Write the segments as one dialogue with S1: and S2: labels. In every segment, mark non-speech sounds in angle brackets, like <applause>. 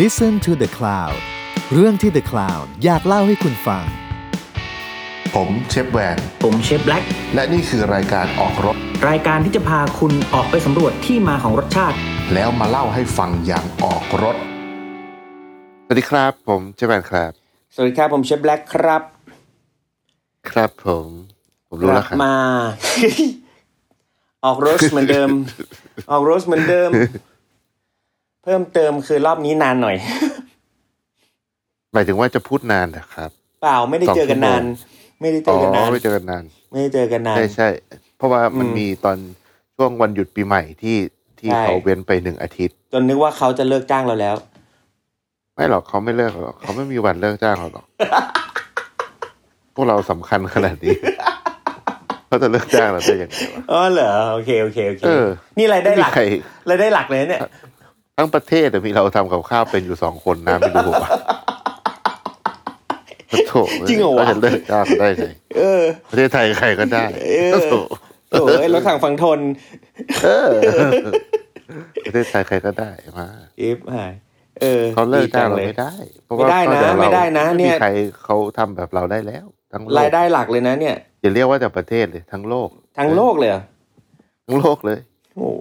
S1: Listen to the Cloud เรื่องที่ The Cloud อยากเล่าให้คุณฟัง
S2: ผมเชฟแวน
S3: ผมเชฟแบล็ก
S2: และนี่คือรายการออกรถ
S3: รายการที่จะพาคุณออกไปสำรวจที่มาของรสชาติ
S2: แล้วมาเล่าให้ฟังอย่างออกรถ
S4: สวัสดีครับ ผมเชฟแบนครับ
S3: สวัสดีครับผมเชฟแบล็กครับ
S4: ครับผมผมรู้
S3: กลั
S4: แล้วครับ
S3: มา <laughs> ออกโรสเหมือนเดิม
S4: <laughs>
S3: ออกโรสเหมือนเดิม เพิ่มเติมคือรอบนี้นานหน่อย <laughs>
S4: หมายถึงว่าจะพูดนานนะครับ
S3: เปล่าไม่ได้เจอกันนาน ไม่ได้เจ
S4: อ๋
S3: อกั
S4: อน
S3: นาน
S4: ไม่เจอกันนาน
S3: ไม่ได้เจอกันนาน
S4: ใช่ใช่เพราะว่ามันมีตอนช่วงวันหยุดปีใหม่ที่ที่
S3: ใช่
S4: เขาเว้นไปหนึ่งอาทิตย์
S3: จนนึกว่าเขาจะเลิกจ้างเราแล้ว
S4: ไม่หรอกเขาไม่เลิกหรอกเขาไม่มีวันเลิกจ้างเราหรอก <laughs> พวกเราสำคัญขนาดนี้ <laughs> เขาจะเลิกจ้างเราได้ยังไงวะ
S3: อ๋อเหรอโอเคโอเคโอเค
S4: เออ
S3: นี่รายได้
S4: ไม่
S3: ห
S4: มี
S3: ลัก
S4: ใคร
S3: รายได้หลักเลยนะเนี่ย
S4: ทั้งประเทศแต่มีเราทำกับข้าวเป็นอยู่สองคนนะไม่รู้ว่า
S3: <laughs>
S4: โถ
S3: จริงเหรอวะ
S4: ขาจะเลิกจ้างเราได้ไง
S3: เออ
S4: ประเทศไทยใครก็ได้
S3: เออ
S4: โอ้โห
S3: โอ้ยรถถังฟังทน
S4: <laughs> ประเทศไทยใครก็ได้มา
S3: เอฟหายเออ
S4: เขาเลิกจ้างเรา
S3: ดีจังย
S4: ไม่ได้ เพราะ
S3: ไม่
S4: ว่า
S3: ได้นะ
S4: อกจากเรา
S3: ไม่ได้นะเนี่ย
S4: ไม่มีใครเขาทำแบบเราได้แล้วทั้งโล
S3: ราก ยได้หลักเลยนะเนี่ย
S4: อย่าเรียกว่าแต่ประเทศเลยทั้งโลก
S3: ทั้งโลกเลยเหรอ
S4: ทั้งโลกเลย
S3: โอ้โห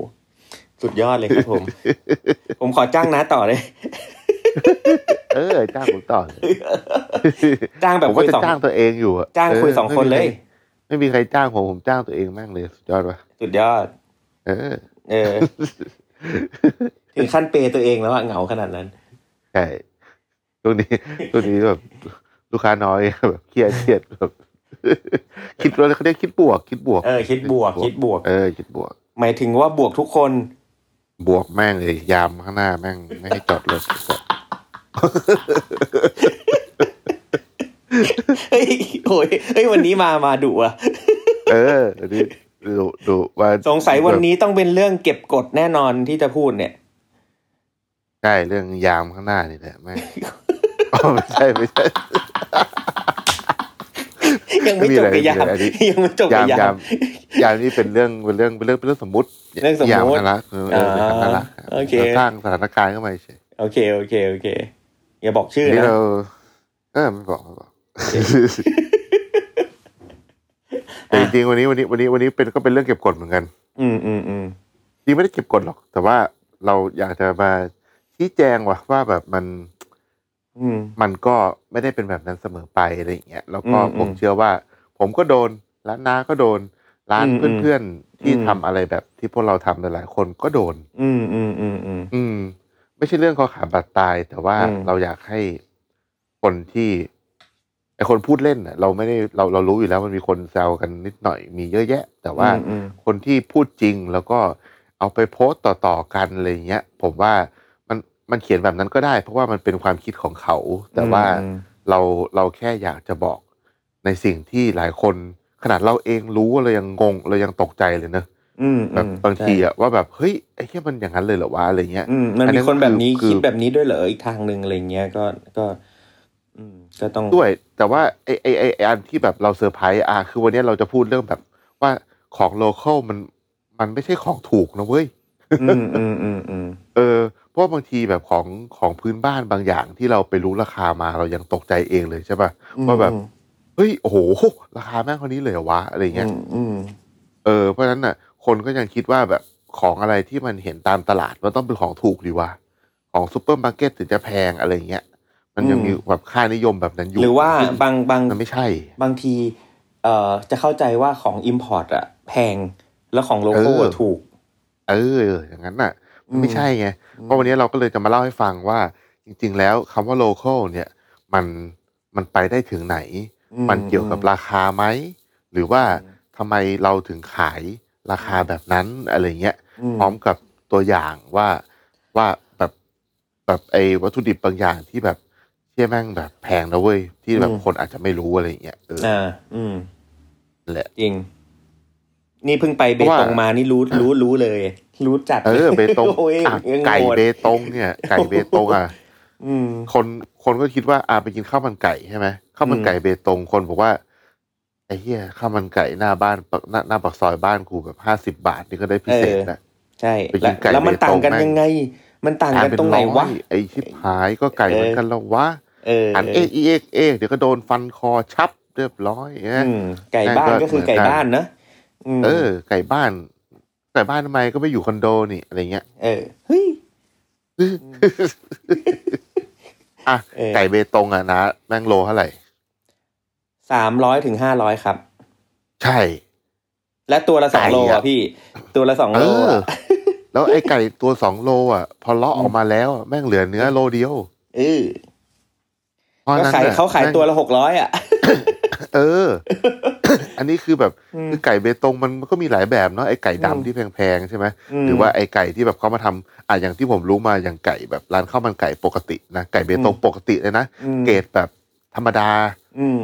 S3: สุดยอดเลยครับ
S4: <laughs>
S3: ผม ผมขอจ้างนะต่อเลย
S4: เออจ้างผมต่อเลย
S3: จ้างแบบ
S4: ผม
S3: คุย
S4: ก็จะ
S3: สอง
S4: จ้างตัวเองอยู่อะ
S3: จ้าง
S4: เ
S3: คุยสองคนเลย
S4: ไม่มีใครไม่มีใครจ้างผมผมจ้างตัวเองแม่งเลยสุดยอดปะ
S3: สุดยอด
S4: เออ
S3: เอ
S4: <laughs>
S3: อ ถึงขั้นเปย์ตัวเองแล้วอะเหงาขนาดนั้น
S4: ใช่ตัวงนี้ตัวงนี้แบบลูกค้าน้อยแบบเครียดเครียดแบบ <laughs> คิดว่าเขาเรียกคิดบวก คิดบวก
S3: เออ คิดบวก คิดบวก
S4: เออคิดบวก
S3: หมายถึงว่าบวกทุกคน
S4: บวกแม่งเลยยามข้างหน้าแม่งไม่ให้จอดรถ
S3: เฮ้ยโอ้ยเฮ้ยวันนี้มามาดุอะ
S4: เอออันนี้ดูดูว่า
S3: สงสัยวันนี้ต้องเป็นเรื่องเก็บกดแน่นอนที่จะพูดเนี่ย <laughs>
S4: ใช่เรื่องยามข้างหน้านี่แหละแม่งอ๋อไม่ใช่ไม่ใช่
S3: ยังไม่
S4: ไม่มี
S3: จบ
S4: อะไร
S3: กับยาม
S4: ไม่มีอะไรอันนี้
S3: <laughs> ยังไม่จบกับยาม
S4: ยามนี่เป็นเรื่องเป็นเรื่องเป็นเรื่องเป็นเรื่องสมมุติ
S3: เรื่องสมมุติ
S4: ยามน่ารักเออเออเป็นทางน่ารัก
S3: อ่าโอเค
S4: สร้างสถานการณ์เข้ามาเฉย
S3: โอเคโอเคโอเค อย่าบอกชื่อ
S4: อันนี่
S3: นะ
S4: เราเออไม่บอกไม่บอก <laughs> แต่จริงๆวันนี้วันนี้วันนี้วันนี้เป็นก็เป็นเรื่องเก็บกดเหมือนกัน
S3: อืมอืมอืม
S4: จริงไม่ได้เก็บกดหรอก แต่ว่าเราอยากจะมาชี้แจงว่าว่าแบบมัน
S3: อืม
S4: มันก็ไม่ได้เป็นแบบนั้นเสมอไปอะไรอย่างเงี้ยแล้วก็
S3: อืม
S4: ผม
S3: อืม
S4: เชื่อว่า ผมก็โดนร้านน้าก็โดน ร้าน
S3: อืมอืม
S4: เพื่อนๆที่
S3: อืม
S4: ทำอะไรแบบที่พวกเราทำหลายๆคนก็โดน
S3: อืมอืมอืมอืม
S4: อืม ไม่ใช่เรื่องคอขาดบาดตาย แต่ว่า
S3: อืม
S4: เราอยากให้คนที่ไอคนพูดเล่นน่ะเราไม่ได้เราเรารู้อยู่แล้วมันมีคนแซวกันนิดหน่อยมีเยอะแยะ แต่ว่า
S3: อืม
S4: คนที่พูดจริงแล้วก็เอาไปโพสต์ต่อๆกันอะไรอย่างเงี้ย ผมว่ามันมันเขียนแบบนั้นก็ได้ เพราะว่ามันเป็นความคิดของเขา แต่ว่า
S3: อืม
S4: เราเราแค่อยากจะบอกในสิ่งที่หลายคนขนาดเราเองรู้เรายังงงเรายังตกใจเลยเนอะ
S3: อืม
S4: แบ
S3: อื
S4: บ
S3: ม
S4: บางทีอะว่าแบบเฮ้ยไอ้แค่มันอย่างนั้นเลยเหรอวะอะไรเงี้ย
S3: อืมมัน
S4: อันนั้
S3: มี
S4: น
S3: คนแบบนี้
S4: คือ
S3: คิดแบบนี้ด้วยเหรออีกทางหนึ่งอะไรเงี้ยก็ก็ อืม ก็ต้อง
S4: ด้วย แต่ว่าไอ้ไอ้ไอ้ไอ้อันที่แบบเราเซอร์ไพรส์อะคือวันเนี้ยเราจะพูดเรื่องแบบว่าของโลเคอลมันมันไม่ใช่ของถูกนะเว้ย
S3: อืมอืมอืมอืม
S4: เออเพราะบางทีแบบของของพื้นบ้านบางอย่างที่เราไปรู้ราคามาเรายังตกใจเองเลยใช่ป่ะว่าแบบเฮ้ยโอ้โหราคาแม่งเท่านี้เลยเหรอวะอะไร
S3: อื
S4: เงี้ย
S3: มอืม
S4: เออเพราะฉะนั้นน่ะ คนก็ยังคิดว่าแบบของอะไรที่มันเห็นตามตลาดมันต้องเป็นของถูกดีวะของซูเปอร์มาร์เก็ตถึงจะแพงอะไรเงี้ยมันยังมีแบบค่านิยมแบบนั้นอยู่
S3: หรือว่า
S4: ซึ่ง
S3: บางบาง
S4: มันไม่ใช่
S3: บางที เอ่อจะเข้าใจว่าของอิมพอร์ตอะแพงแล้วของโลโก้
S4: เออ
S3: ถูก
S4: เอออย่างนั้นน่ะมันไม่
S3: อืม
S4: ใช่ไง เพราะวันนี้เราก็เลยจะมาเล่าให้ฟังว่า จริง ๆ แล้วคำว่า local เนี่ย มันมันไปได้ถึงไหน
S3: อืม
S4: มันเกี่ยวกับราคาไหม หรือว่าทำไมเราถึงขายราคาแบบนั้นอะไรเงี้ย
S3: อืม
S4: พร้อมกับตัวอย่างว่าว่าแบบแบบไอ้วัตถุดิบบางอย่างที่แบบเชี่ยแม่งแบบแพงนะเว้ยที่แบบคนอาจจะไม่รู้อะไรเงี้ยเออ
S3: อ่า อืม
S4: นั่นแหละ
S3: จริง นี่เพิ่งไปเบ
S4: เพราะว่า
S3: ตงมานี่รู้รู้รู้เลย รู้จัด
S4: เออเบตง
S3: <laughs> โอ้ย
S4: อ่ะ
S3: ยัง
S4: ไก่
S3: โหด
S4: เบตง
S3: <laughs>
S4: เนี่ยไก่เบตงอ่ะ
S3: อืม
S4: คนคนก็คิดว่าอาไปกินข้าวมันไก่ใช่ไหมข้าวมันไก่เบตงคนบอกว่าไอ้เหี้ยข้าวมันไก่หน้าบ้านปากหน้าหน้าปากซอยบ้านกูแบบห้าสิบ50 บาทนี่ก็ได้พิเศษนะ
S3: ใช่
S4: ไปกิน
S3: แล้ว
S4: ไก่
S3: แล้วมัน
S4: เบตง
S3: ต่างกัน
S4: แม่ง
S3: ยังไง มันต่าง
S4: ก
S3: กั
S4: ลาย
S3: น
S4: เป็น
S3: ตรงไหน
S4: ร้อ
S3: วะ
S4: ยไอ้ชิบหายก็ไก่เหมือนกันแล้ววะ
S3: เออ
S4: หันเอะอีเอะเอะเดี๋ยวก็โดนฟันคอชับเรียบร้อยนะ
S3: อืมไก่บ้านก็คือไก่บ้านนะม
S4: เออ ไก่บ้าน ไก่บ้านทำไมก็ไม่อยู่คอนโดนี่อะไรเงี้ย
S3: เออเฮ้ย
S4: อ่ะ
S3: เออ
S4: ไก่เบตงอ่ะนะแม่งโลเท่าไหร่
S3: สามร้อยถึงห้าร้อยครับ
S4: ใช่
S3: และตัวละสอง
S4: ไก่อะ
S3: โลอ่ะพี่ ตัวละสอง
S4: เอ
S3: โล
S4: อ
S3: อ่ะ
S4: แล้วไอ้ไก่ตัวสองโลอ่ะ พอเลาะออกมาแล้วอ่ะแม่งเหลือเนื้อโลเดียว
S3: เออ
S4: เพราะ
S3: ก็
S4: นั้น
S3: ขาย
S4: น่ะ
S3: เขาขาย
S4: แม่ง
S3: ตัวละหกร้อยอ่ะ
S4: เอ
S3: <laughs>
S4: อ อันนี้คือแบบ
S3: อืม
S4: คือไก่เบตงมันมันก็มีหลายแบบเนาะไอ้ไก่ดำ
S3: อืม
S4: ที่แพงๆใช่ไหม
S3: อืม
S4: หรือว่าไอ้ไก่ที่แบบเขามาทำอ่ะอย่างที่ผมรู้มาอย่างไก่แบบร้านข้าวมันไก่ปกตินะไก่เบตงปกติเลยนะ
S3: อืม
S4: เกรดแบบธรรมดา
S3: อืม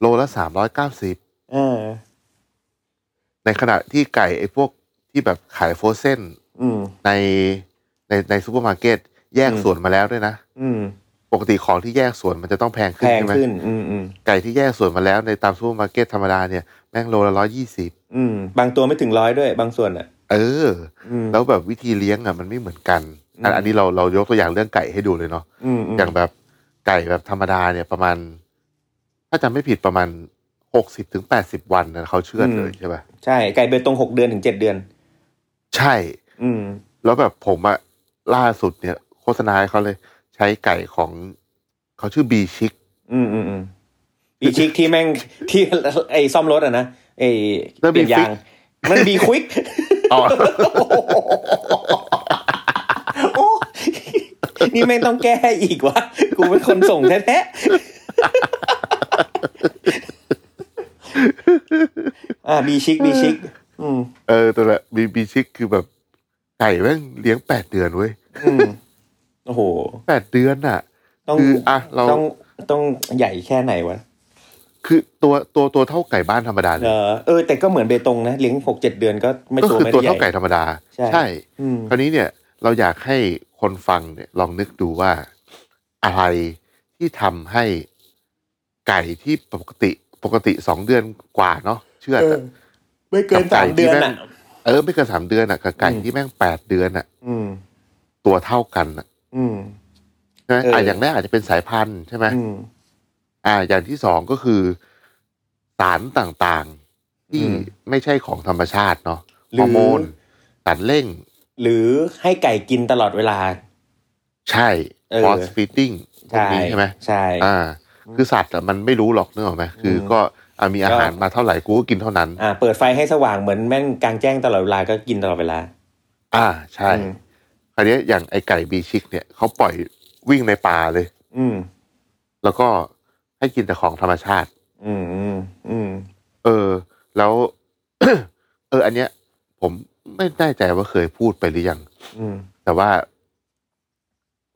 S4: โลละสามร้อยเก้าสิบ
S3: เออ
S4: ในขณะที่ไก่ไอ้พวกที่แบบขายโฟรเซน
S3: อืม
S4: ในในในซูเปอร์มาร์เก็ตแยก
S3: อืม
S4: ส่วนมาแล้วด้วยนะ
S3: อืม
S4: ปกติของที่แยกส่วนมันจะต้องแพง
S3: แพ
S4: ขึ้น
S3: ง
S4: ใช่ไหม
S3: ขึ้น อืมอืม
S4: ไก่ที่แยกส่วนมาแล้วในตามซูเปอร์มาร์เก็ตธรรมดาเนี่ยแม่งโลละร้อยยี่สิบ
S3: อืมบางตัวไม่ถึงร้อยด้วย บางส่วนอ่ะ
S4: เอออ
S3: ม
S4: แล้วแบบวิธีเลี้ยงอ่ะมันไม่เหมือนกันอันอันนี้เราเรายกตัวอย่างเรื่องไก่ให้ดูเลยเนาะ
S3: อืมอืม
S4: อย่างแบบไก่แบบธรรมดาเนี่ยประมาณ ถ้าจำไม่ผิดประมาณหกสิบถึงแปดสิบวันนะเขาเชื่อดเลยใช่ปะ
S3: ใช่ ไก่เบตงหกเดือนถึงเจ็ดเดือน
S4: ใช่
S3: อืม
S4: แล้วแบบผมอะล่าสุดเนี่ย โฆษณาให้เขาเลยใช้ไก่ของเขาชื่อบีชิก
S3: อืมอืมอืมบีชิกที่แม่ง <laughs> ที่ไอ้ซ่อมรถอ่ะนะไอ้
S4: แล้ว
S3: เปลี่ยน
S4: B-Fix
S3: ยาง มันบีควิก
S4: อ๋อ
S3: <laughs> โอ้นี่แม่งต้องแก้อีกวะกูเป็นคนส่งแท้
S4: <laughs>
S3: ๆอ่าบีชิกบีชิกอืม
S4: เออแต่ละบีบีชิกคือแบบไก่แม่งเลี้ยงแปดเดือนเว้ย
S3: อืมโอ้โห
S4: แปดเดือนอะ
S3: ต้อง
S4: คืออ่ะเรา
S3: ต้องต้องใหญ่แค่ไหนวะ
S4: คือตัวตัวตัวเท่าไก่บ้านธรรมดาเล
S3: เอย อเออ แต่ก็เหมือนเบตงนะเลี้ยงหกเจ็ดเดือนก็ไม่
S4: ก็
S3: ตัว
S4: คือ
S3: ไม่
S4: ตัว
S3: ได้ใหญ่
S4: เท่าไก่ธรรมดา
S3: ใช่อืม
S4: คราวนี้เนี่ยเราอยากให้คนฟังเนี่ยลองนึกดูว่าอะไรที่ทำให้ไก่ที่ปกติปกติสองเดือนกว่าเนาะเชื่อด
S3: เอ
S4: อะ
S3: อไม่เกินสามเดือนอ่ะ
S4: เออไม่เกินสามเดือนอ่ะกับไก่
S3: อืม
S4: ที่แม่งแปดเดือนอ่ะ
S3: อืม
S4: ตัวเท่ากันอ่ะ
S3: อืม
S4: ใช่ไหม
S3: เอออ่
S4: อ่ะอย่างแรกอาจจะเป็นสายพันธุ์ใช่ไหม
S3: อืม
S4: อ่า อย่างที่สองก็คือสารต่างๆ ที่
S3: อืม
S4: ไม่ใช่ของธรรมชาติเนาะ
S3: หรือ
S4: ฮอร์โมนสารเร่ง
S3: หรือให้ไก่กินตลอดเวลา
S4: ใช่
S3: เออ
S4: ฟอสฟีดิ้งพวก
S3: ใช่
S4: นี้ใช่ไหม
S3: ใช่
S4: อ่า คือสัตว์อะมันไม่รู้หรอกนึกออกไหมคืออ
S3: ม
S4: ก็อ่ะมีอาหาร
S3: ก็
S4: มาเท่าไหร่กูก็กินเท่านั้น
S3: อ่า เปิดไฟให้สว่างเหมือนแม่งกลางแจ้งตลอดเวลาก็กินตลอดเวลา
S4: อ่าใช่
S3: อืม
S4: คราวเนี้ยอย่างไอไก่บีชิกเนี่ยเขาปล่อยวิ่งในป่าเลย
S3: อืม
S4: แล้วก็ให้กินแต่ของธรรมชาติ
S3: อืมอืมอืม
S4: เออ แล้ว <coughs> เออ อันเนี้ย ผมไม่แน่ใจว่าเคยพูดไปหรือยัง
S3: อืม
S4: แต่ว่า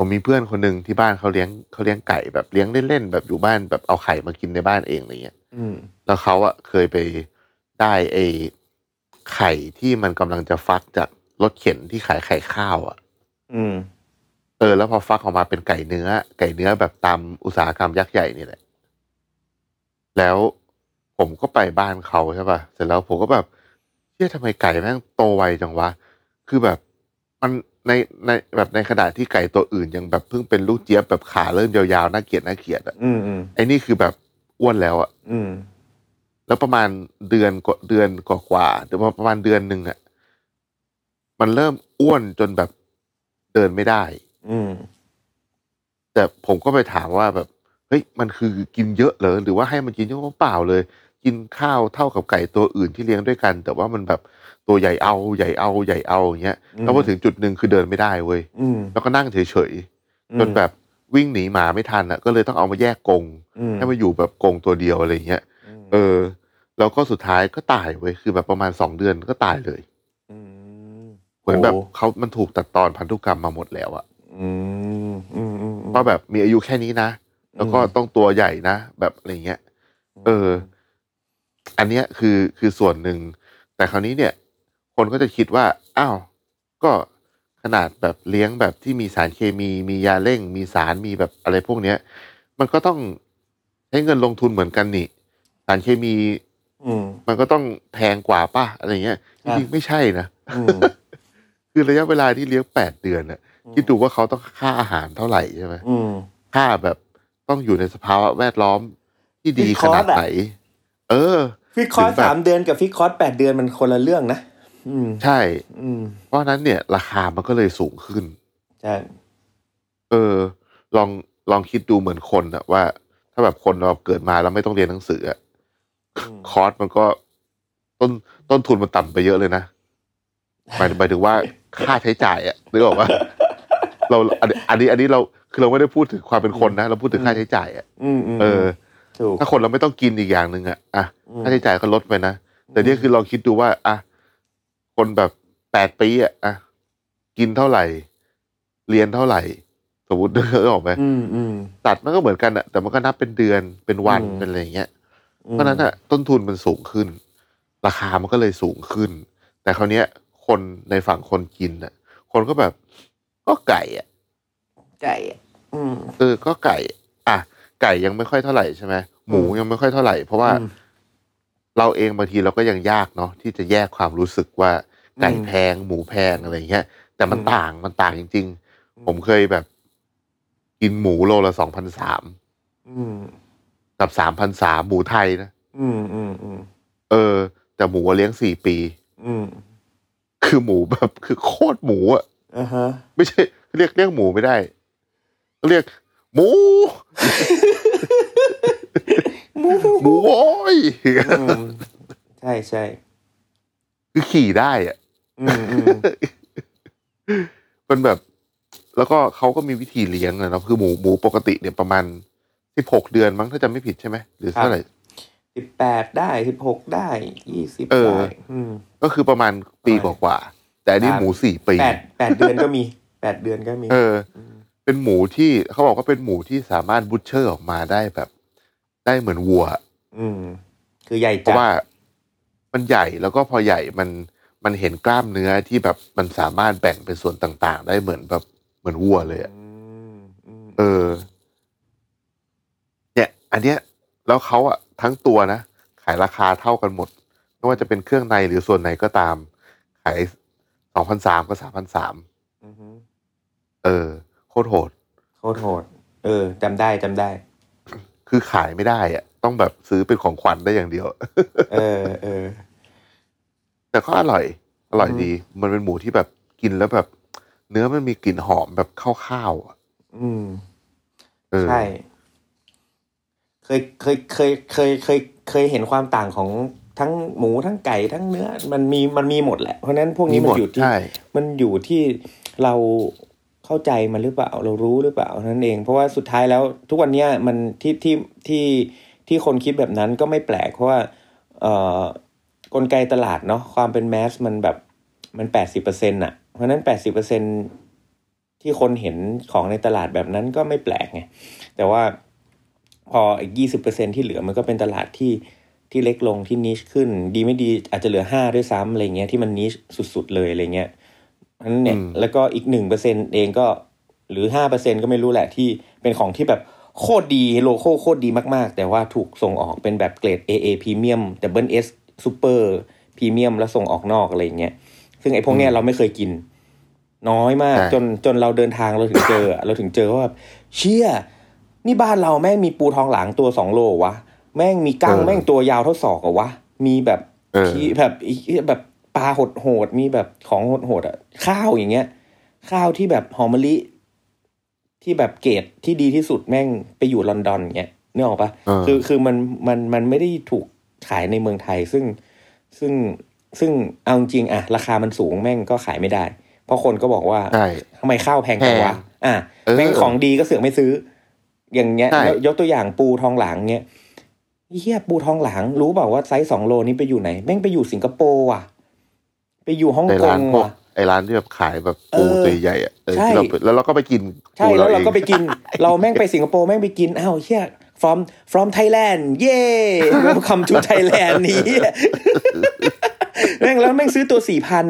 S4: ผมมีเพื่อนคนหนึ่งที่บ้านเขาเลี้ยงเขาเลี้ยงไก่แบบเลี้ยงเล่นๆแบบอยู่บ้านแบบเอาไข่มากินในบ้านเองอะไรเงี้ย
S3: อืม
S4: แล้วเขาอะเคยไปได้ไอ้ไข่ที่มันกำลังจะฟักจากรถเข็นที่ขายไข่ข้าวอะ
S3: อืม
S4: เออแล้วพอฟักออกมาเป็นไก่เนื้อ ไก่เนื้อแบบตามอุตสาหกรรมยักษ์ใหญ่นี่แหละ แล้วผมก็ไปบ้านเขาใช่ป่ะ เสร็จแล้วผมก็แบบเชี่ยทำไมไก่แม่งโตไวจังวะ คือแบบมันในในแบบในขณะที่ไก่ตัวอื่นยังแบบเพิ่งเป็นลูกเจี๊ยบแบบขาเริ่มยาวๆน่าเกลียดน่าเกลียดอะ
S3: อืมอืม
S4: ไอ้นี่คือแบบอ้วนแล้วอะ
S3: อืม
S4: แล้วประมาณเดือนกว่าเดือนกว่าๆหรือว่าประมาณเดือนหนึ่งอะมันเริ่มอ้วนจนแบบเดินไม่ได้
S3: อืม
S4: แต่ผมก็ไปถามว่าแบบเฮ้ยมันคือกินเยอะเหรอหรือว่าให้มันกินเยอะเปล่าเลย กินข้าวเท่ากับไก่ตัวอื่นที่เลี้ยงด้วยกัน แต่ว่ามันแบบตัวใหญ่เอาใหญ่เอาใหญ่เอาอย่างเงี้ยแล้วพอถึงจุดหนึ่งคือเดินไม่ได้เว้ย
S3: อืม
S4: แล้วก็นั่งเฉยๆจนแบบวิ่งหนีหมาไม่ทันอ่ะก็เลยต้องเอามาแยกกรง
S3: อืม
S4: ให้มาอยู่แบบกรงตัวเดียวอะไรอย่างเงี้ยเออ แล้วก็สุดท้ายก็ตายเว้ยคือแบบประมาณสองเดือนก็ตายเลย
S3: อืม
S4: เหมือนแบบ
S3: โ
S4: เขามันถูกตัดตอนพันธุกรรมมาหมดแล้วอะ
S3: อืมอืมอืมอืม
S4: ว่าแบบมีอายุแค่นี้นะ แล้วก็
S3: อืม
S4: ต้องตัวใหญ่นะ แบบอะไรเงี้ย เออ อันเนี้ยคือคือส่วนหนึ่ง แต่คราวนี้เนี่ย คนก็จะคิดว่า อ้าว ก็ขนาดแบบเลี้ยงแบบที่มีสารเคมี มียาเร่ง มีสาร มีแบบอะไรพวกเนี้ย มันก็ต้องใช้เงินลงทุนเหมือนกันนี่ สารเคมี
S3: อืม
S4: มันก็ต้องแพงกว่าป่ะอะไรเงี้ย
S3: ค
S4: จ
S3: รับ
S4: ริงๆไม่ใช่นะ
S3: อืม
S4: คือระยะเวลาที่เลี้ยงแปดเดือนน่ะ
S3: อื
S4: คิดดูว่าเขาต้องค่าอาหารเท่าไหร่ใช่ไหม
S3: อืม
S4: ค่าแบบต้องอยู่ในสภาวะแวดล้อมที่ดี
S3: มีค
S4: ข
S3: อร์สอะ
S4: นาดไหน เออ
S3: ฟิกคอร์ส
S4: ถึงแบบ
S3: สามเดือนกับฟิกคอร์สแปดเดือนมันคนละเรื่องนะ อืม
S4: ใช่
S3: อืม
S4: เพราะฉะนั้นเนี่ย ราคามันก็เลยสูงขึ้น
S3: ใช่
S4: เออ ลองลองคิดดูเหมือนคนอะว่า ถ้าแบบคนเราเกิดมาแล้วไม่ต้องเรียนหนังสืออะคอร์สมันก็ต้นต้นทุนมันต่ำไปเยอะเลยนะหมายหมายถึงว่าค่าใช้จ่ายอะนึกออกปะเราอันนี้อันนี้อันนี้เราคือเราไม่ได้พูดถึงความเป็นคนนะ เราพูดถึงค่าใช้จ่ายอะ
S3: อืมอืม
S4: เออ
S3: ถูก
S4: ถ้าคนเราไม่ต้องกินอีกอย่างหนึ่งอะอ่ะ
S3: อืม
S4: ค่าใช้จ่ายก็ลดไปนะ แต่เนี่ยคือลองคิดดูว่า อ่ะ คนแบบแปดปีอะอ่ะ กินเท่าไหร่ เรียนเท่าไหร่ สมมติ เอออกไหม
S3: อืมอืม
S4: ตัดมันก็เหมือนกันอะแต่มันก็นับเป็นเดือน เป็นวัน
S3: อืม
S4: เป็นอะไรอย่างเงี้ย
S3: อืม
S4: เพราะฉะนั้นอะต้นทุนมันสูงขึ้น ราคามันก็เลยสูงขึ้น แต่คราวเนี้ย คนในฝั่งคนกินอะคนก็แบบ ก็ไก่อะ
S3: ไก่อะอืม
S4: เออ ก็ไก่ อ่ะ ไก่ยังไม่ค่อยเท่าไหร่ใช่ไหมหมูยังไม่ค่อยเท่าไหร่ เพราะว่า
S3: อืม
S4: เราเองบางทีเราก็ยังยากเนาะที่จะแยกความรู้สึกว่าไก่
S3: อืม
S4: แพง หมูแพงอะไรเงี้ย แต่มัน
S3: อืม
S4: ต่างมันต่างจริง ๆ ผมเคยแบบ กินหมูโลละสองพันสาม
S3: อืม
S4: กับสามพันสามหมูไทยนะ
S3: อืมอืมอืม
S4: เออ แต่หมูเลี้ยงสี่ปี
S3: อืม
S4: คือหมูแบบ คือโคตรหมูอะ
S3: อ่าฮะ
S4: ไม่ใช่ เรียกเรียกหมูไม่ได้ เรียก หมู <laughs> หมูโอ้ย
S3: อืมใช่ใช่
S4: คือขี่ได้อะ
S3: อืมอืม
S4: มันแบบแล้วก็เขาก็มีวิธีเลี้ยงนะเนาะคือหมูหมูปกติเนี่ยประมาณสิบหกเดือนมั้งถ้าจำไม่ผิดใช่ไหมหรือเท่าไหร่
S3: สิบแปดได้สิบหกได้ยี่สิบ
S4: เออ
S3: ได้อืม
S4: ก็คือประมาณปีกว่าๆแต่อันนี้
S3: ครับ
S4: หมูสี่ปี
S3: แปดแปดเดือนก็มีแปดเดือนก็มี
S4: เออ เป็นหมูที่เขาบอกว่าเป็นหมูที่สามารถบูชเชอร์ออกมาได้แบบ ได้เหมือนวัว
S3: อืม คือใหญ่
S4: เพ
S3: จัด
S4: ราะว่ามันใหญ่แล้วก็พอใหญ่มันมันเห็นกล้ามเนื้อที่แบบมันสามารถแบ่งเป็นส่วนต่างๆ ได้เหมือนแบบเหมือนวัวเลยอะ
S3: อืมอืม
S4: เออ เนี่ย อันเนี้ย แล้วเขาอะทั้งตัวนะ ขายราคาเท่ากันหมด ไม่ว่าจะเป็นเครื่องในหรือส่วนไหนก็ตาม ขายสองพันสามก็สามพันสาม
S3: อือฮึ
S4: เออ โคตรโหด
S3: โคตรโหด เออจำได้จำได้
S4: คือขายไม่ได้อะต้องแบบซื้อเป็นของขวัญได้อย่างเดียว
S3: เออเออ
S4: แต่ก็อร่อย อร่อย
S3: อือฮึ
S4: ดี มันเป็นหมูที่แบบกินแล้วแบบ เนื้อมันมีกลิ่นหอมแบบข้าวๆอะ
S3: อืม
S4: เออ
S3: ใช่ เคยเคยเคยเคยเคยเคยเห็นความต่างของทั้งหมูทั้งไก่ทั้งเนื้อ มันมีมันมีหมดแหละ เพราะฉะนั้นพวก
S4: มี
S3: นี้
S4: ห
S3: มั
S4: ม
S3: น
S4: ด
S3: อยู่ที่
S4: ใช่
S3: มันอยู่ที่เราเข้าใจมันหรือเปล่าเรารู้หรือเปล่านั่นเอง เพราะว่าสุดท้ายแล้วทุกวันเนี้ยมันที่ที่ที่ที่คนคิดแบบนั้นก็ไม่แปลก เพราะว่าเอ่อกลไกตลาดเนาะความเป็นแมสมันแบบมันแปดสิบเปอร์เซ็นต์อ่ะ เพราะฉะนั้นแปดสิบเปอร์เซ็นที่คนเห็นของในตลาดแบบนั้นก็ไม่แปลกไงแต่ว่าพออีกยี่สิบเปอร์เซ็นที่เหลือมันก็เป็นตลาดที่ที่เล็กลงที่นิชขึ้น ดีไม่ดีอาจจะเหลือห้าด้วยซ้ำอะไรเงี้ยที่มันนิชสุดๆเลยอะไรเงี้ย อันนั้นเนี่ย
S4: อืม
S3: แล้วก็อีกหนึ่งเปอร์เซ็นเองก็หรือห้าเปอร์เซ็นก็ไม่รู้แหละที่เป็นของที่แบบโคตรดีโลโก้โคตรดีมากๆ แต่ว่าถูกส่งออกเป็นแบบเกรด AA พรีเมียมดับเบิลเอสซูเปอร์พรีเมียมแล้วส่งออกนอกอะไรอย่างเงี้ยซึ่งไอ้พวกเนี้ยเราไม่เคยกิน น้อยมาก
S4: ใช่
S3: จนจนเราเดินทางเราถึงเจอ เราถึงเจอว่าแบบเชี่ย นี่บ้านเราแม่งมีปูทองหลางตัวสองโลวะ แม่งมีกั้ง
S4: เออ
S3: แม่งตัวยาวเท่าศอกอะวะ มีแบบ
S4: เออ
S3: ที่แบบอีแบบปลาหดโหดๆมีแบบของหดโหดๆอะข้าวอย่างเงี้ย ข้าวที่แบบหอมมะลิ ที่แบบเกรดที่ดีที่สุดแม่งไปอยู่ลอนดอนอย่างเงี้ยนึกออกปะ
S4: เออ
S3: คือคือมันมันมันไม่ได้ถูกขายในเมืองไทย ซึ่งซึ่งซึ่งเอาจริงๆอะราคามันสูงแม่งก็ขายไม่ได้ เพราะคนก็บอกว่า
S4: ใช่
S3: ทำไมข้าวแพงจังวะ
S4: แพง
S3: อ่ะ
S4: เออ
S3: แม่งของดีก็เสือกไม่ซื้อ อย่างเงี้ย
S4: ใช่
S3: ยกยกตัวอย่างปูทองหลางเงี้ยเฮียปูทองหลาง รู้เปล่าว่าไซส์สองโลนี้ไปอยู่ไหน แม่งไปอยู่สิงคโปร์ว่ะ ไปอยู่ฮ่อง
S4: ไอกร้างนพวก
S3: ว่ะ
S4: ไอร้านที่แบบขายแบบปู
S3: เออ
S4: ตัวใหญ่อะเออ
S3: ใช่
S4: ที่เราไปแล้วเราก็ไปกิน
S3: ใช่
S4: ปู
S3: แล้วเรา
S4: อง
S3: ก็ไปกิน เราแม่งไปสิงคโปร์แม่งไปกินอ้าวเฮีย from from Thailand เย่ welcome to Thailand นี่เหี้ยแม่งแล้วแม่งซื้อตัวสี่พัน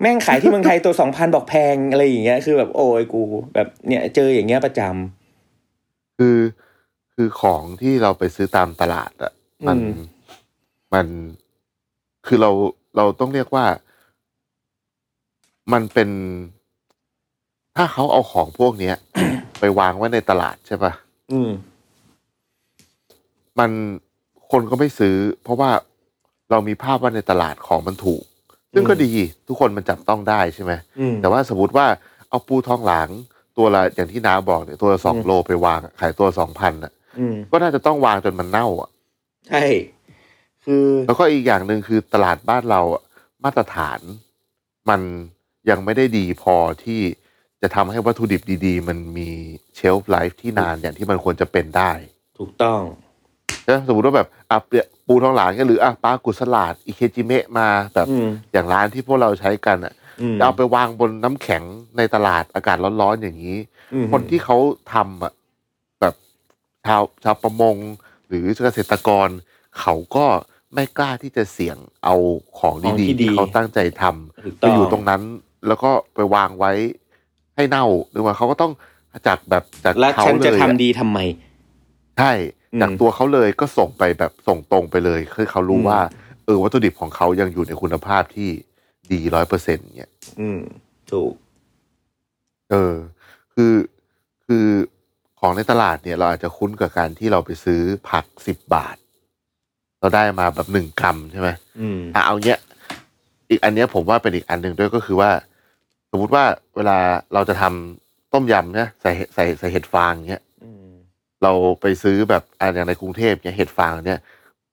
S3: แม่งขายที่เมืองไทยตัวสองพันบอกแพงอะไรอย่างเงี้ยคือแบบโอ้ยกู แบบเนี่ยเจออย่างเงี้ยประจำ
S4: <laughs> คือคือของที่เราไปซื้อตามตลาดอะมัน
S3: อืม
S4: มันคือเราเราต้องเรียกว่า มันเป็น ถ้าเขาเอาของพวกเนี้ย
S3: <coughs>
S4: ไปวางไว้ในตลาดใช่ปะ
S3: อืม
S4: มันคนก็ไม่ซื้อ เพราะว่าเรามีภาพว่าในตลาดของมันถูก ซึ่งก็
S3: อืม
S4: ดีทุกคนมันจับต้องได้ใช่ไหม
S3: อืม
S4: แต่ว่าสมมติว่าเอาปูทองหลางตัวละอย่างที่น้าบอกเนี่ยตัวละสอง
S3: อืม
S4: โลไปวางอะขายตัวสองพันอ่ะ
S3: อืม
S4: ก็น่าจะต้องวางจนมันเน่าอ่ะ
S3: ใช่ คือ
S4: แล้วก็อีกอย่างหนึ่งคือตลาดบ้านเราอะมาตรฐานมันยังไม่ได้ดีพอที่จะทำให้วัตถุดิบดีๆ มันมีเชลฟ์ไลฟ์ที่นานอย่างที่มันควรจะเป็นได้
S3: ถูกต้อง
S4: ใช่ไหมสมมติว่าแบบอ่ะเปลี่ยนปูทองหลางเนี่ยหรืออ่ะปลากุสลาดอิเคจิเมะมาแบบ
S3: อืม
S4: อย่างร้านที่พวกเราใช้กันอ่ะ
S3: อืม
S4: จะเอาไปวางบนน้ำแข็งในตลาดอากาศร้อนๆอย่างนี้
S3: อืม
S4: คนที่เขาทำอ่ะแบบชาวชาวประมง หรือเกษตรกร เขาก็ไม่กล้าที่จะเสี่ยงเอาของดีๆที่เขาตั้งใจทำ
S3: ถูก
S4: ไปอยู่ตรงนั้น แล้วก็ไปวางไว้ให้เน่าหรือว่าเขาก็ต้องจากแบบจาก
S3: แล้ว
S4: เขา
S3: ฉัน
S4: เล
S3: จะ
S4: ย
S3: ทำ
S4: อะ
S3: ดีทำไม
S4: ใช่จาก
S3: อืม
S4: ตัวเขาเลยก็ส่งไปแบบส่งตรงไปเลยคือเขารู้
S3: อืม
S4: ว่าเออวัตถุดิบของเขายังอยู่ในคุณภาพที่ดีร้อยเปอร์เซ็นต์เนี่ย
S3: อืม ถูก
S4: เออ คือคือของในตลาดเนี่ยเราอาจจะคุ้นกับการที่เราไปซื้อผักสิบบาท เราได้มาแบบหนึ่งกรัมใช่ไหม
S3: อืม
S4: อ่ะเอาเนี้ย อีกอันเนี้ยผมว่าเป็นอีกอันหนึ่งด้วยก็คือว่า สมมติว่าเวลาเราจะทำต้มยำเนี่ยใส่เห็ดใส่ใส่เห็ดฟางเนี้ย
S3: อืม
S4: เราไปซื้อแบบอะอย่างในกรุงเทพเนี้ยเห็ดฟางเนี้ย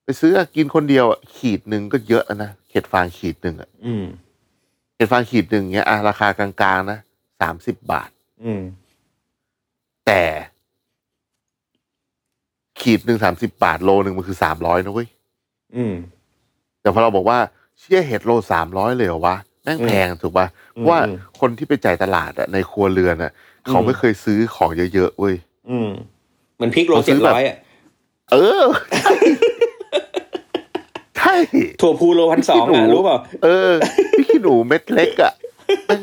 S4: ไปซื้อกินคนเดียวอะขีดหนึ่งก็เยอะแล้วนะเห็ดฟางขีดหนึ่งอะ
S3: อืม
S4: เห็ดฟางขีดหนึ่งเนี้ยอ่ะราคากลางๆนะสามสิบบาท
S3: อืม
S4: แต่ขีดหนึ่งสามสิบบาทโลหนึ่งมันคือสามร้อยนะเว้ย
S3: อืม
S4: แต่พอเราบอกว่าเชี่ยเห็ดโลสามร้อยเลยเหรอวะแม่งแพงถูกปะเพราะว่า
S3: อืม
S4: คนที่ไปจ่ายตลาดอะในครัวเรือนอะเขา
S3: อืม
S4: ไม่เคยซื้อของเยอะๆเว้ย
S3: อืมเหมือนพริกโล
S4: เขาซื้
S3: เจ็ด
S4: อแบบ
S3: ร้อยอ่ะ
S4: เออ <laughs> ใช่
S3: ถั่วพูโลพันสองอ่ะ รู้เปล่า
S4: เออพี่ขี้หนูเม็ดเล็กอะแม่ง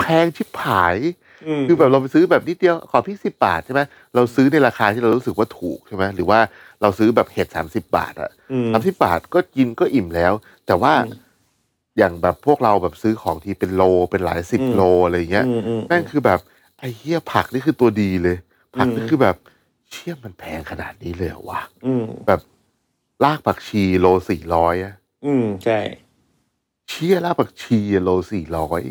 S4: แพงชิบหาย
S3: อืม
S4: คือแบบเราไปซื้อแบบนิดเดียวขอพี่สิบาทใช่ไหมเราซื้อในราคาที่เรารู้สึกว่าถูกใช่ไหมหรือว่าเราซื้อแบบเห็ดสามสิบาทอะ
S3: อืม
S4: สามสิบาทก็กินก็อิ่มแล้ว แต่ว่าอย่างแบบพวกเราแบบซื้อของทีเป็นโลเป็นหลายสิบ
S3: อืม
S4: โลอะไรเงี้ย
S3: อืมอืม
S4: นั่นคือแบบไอ้เหี้ยผักนี่คือตัวดีเลย ผักนี่
S3: อืม
S4: คือแบบเชี่ยมันแพงขนาดนี้เลยเหรอวะ
S3: อืม
S4: แบบรากผักชีโลสี่ร้อยอะ
S3: อืม ใช่
S4: เชี่ยรากผักชีโลสี่ร้อย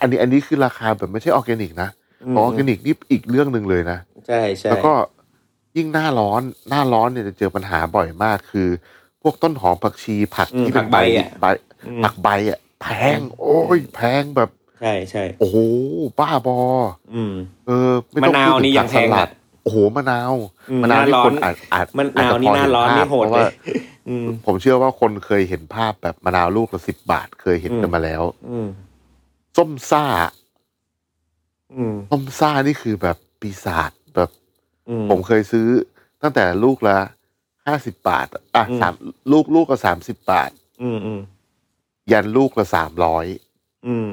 S4: อันนี้อันนี้คือราคาแบบไม่ใช่ออร์แกนิกนะเพราะออร์แกนิกนี่อีกเรื่องหนึ่งเลยนะ
S3: ใช่ใช่
S4: แล้วก็ยิ่งหน้าร้อนหน้าร้อนเนี่ยจะเจอปัญหาบ่อยมากคือ พวกต้นหอมผักชีผัก
S3: อืม
S4: ที่
S3: ผั
S4: เป็
S3: ก
S4: น
S3: ใบ
S4: ใบ
S3: อ่ะ
S4: ใบ
S3: อืม
S4: ผักใบอ่ะแพง โอ้ยแพงแบบ
S3: ใช่ใช่
S4: โอ้โหบ้าบอ
S3: อืม
S4: เออไต้อง
S3: มะนาว
S4: พูดถึ
S3: นี่ยัง
S4: ผั
S3: แพง
S4: กสลัด
S3: อะ
S4: โอ้โหมะนาว
S3: อืม
S4: มะนาว
S3: ห
S4: ที่
S3: น้าร้อน
S4: คนอาจอาจ
S3: มันห
S4: อา
S3: นาว
S4: จจะ
S3: นี่หน้า
S4: พอเห็
S3: ร้อนนี่
S4: ภาพ
S3: โหด
S4: เพ
S3: เล
S4: ราะว่าย
S3: อืม
S4: ผมเชื่อว่าคนเคยเห็นภาพแบบมะนาวลูกละสิบบาทเคยเห็นกันมาแล้ว
S3: อืม
S4: ส้มซ่า
S3: อืม
S4: ส้มซ่านี่คือแบบปีศาจแบบ
S3: อืม
S4: ผมเคยซื้อตั้งแต่ลูกละห้าสิบบาท อ่ะ
S3: อืม
S4: สามลูกลูกละสามสิบบาท
S3: อืม อืม
S4: ยันลูกละสามร้อย
S3: อืม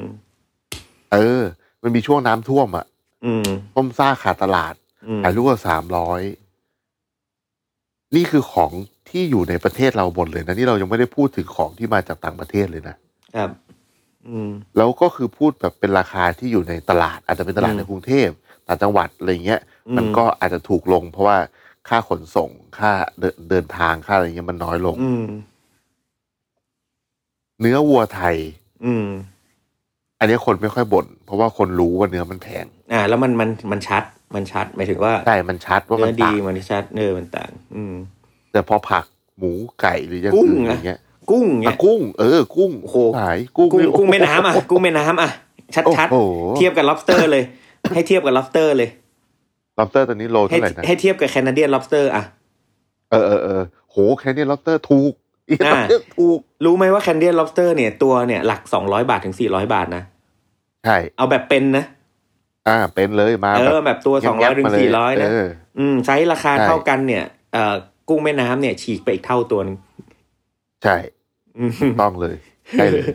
S4: เออ มันมีช่วงน้ำท่วมอ่ะ
S3: อืม
S4: ต้มซ่าขาดตลาด
S3: อืม
S4: ขายลูกละสามร้อยนี่คือของที่อยู่ในประเทศเราหมดเลยนะนี่เรายังไม่ได้พูดถึงของที่มาจากต่างประเทศเลยนะครับ
S3: อืม
S4: แล้วก็คือพูดแบบเป็นราคาที่อยู่ในตลาด อาจจะเป็นตลาด
S3: อืม
S4: ในกรุงเทพต่างจังหวัดอะไรเงี้ย
S3: อืม
S4: มันก็อาจจะถูกลง เพราะว่าค่าขนส่งค่าเดินเดินทางค่าอะไรเงี้ยมันน้อยลง
S3: อืม
S4: เนื้อวัวไทย
S3: อืม
S4: อันนี้คนไม่ค่อยบ่นเพราะว่าคนรู้ว่าเนื้อมันแพง
S3: อ่า แล้วมันมันมันชัด มันชัดหมายถึงว่า
S4: ใช่มันชัดว่ามั
S3: เนื้
S4: น
S3: อดี
S4: ต่าง
S3: มันชัดเนื้อมันต่าง อืม
S4: แต่พอผักหมูไก่หรืออย่าง
S3: กุ้ง
S4: อื่นอ
S3: นะ
S4: ย่างเงี้ย
S3: กุ้ง
S4: อ่ะ
S3: เนี่ย
S4: กุ้ง เออ กุ้ง
S3: โอ้โห
S4: หายกุ้ง
S3: กุ้ง
S4: นี่โอ้โห
S3: กุ้งแม่น้ำ
S4: <laughs>
S3: อ่ะ กุ้งแม่น้ำอ่ะ ชัดชัดๆ
S4: โอ้โห
S3: เทียบกับ lobster เลย ให้เทียบกับ lobster เลย
S4: ล็อบสเตอร์ตอนนี้โล
S3: ให้
S4: เท่าไหร่นะ
S3: ให้เทียบกับแคนาเดียน lobster อ่ะ
S4: เออเออเออโหแค่นี้ล็อบสเตอร์ถูกอีก
S3: อ่า
S4: เรื่อง <laughs> ถูก
S3: รู้ไหมว่าแคนาเดียน lobster เนี่ยตัวเนี่ยหลักสองร้อยบาทถึงสี่ร้อยบาทนะ
S4: ใช่
S3: เอาแบบเป็นนะ
S4: อ่าเป็นเลยมา
S3: เออแบบตัว
S4: แ
S3: 200ถึง
S4: มาเล
S3: 400นะ
S4: เออ
S3: อืมไซส์ราคา
S4: ใช่
S3: เท่ากันเนี่ยเอ่อกุ้งแม่น้ำเนี่ย ฉีกไปอีกเท่าตัวหนึง
S4: ใช่
S3: อืม
S4: ต้องเลยใช่เลย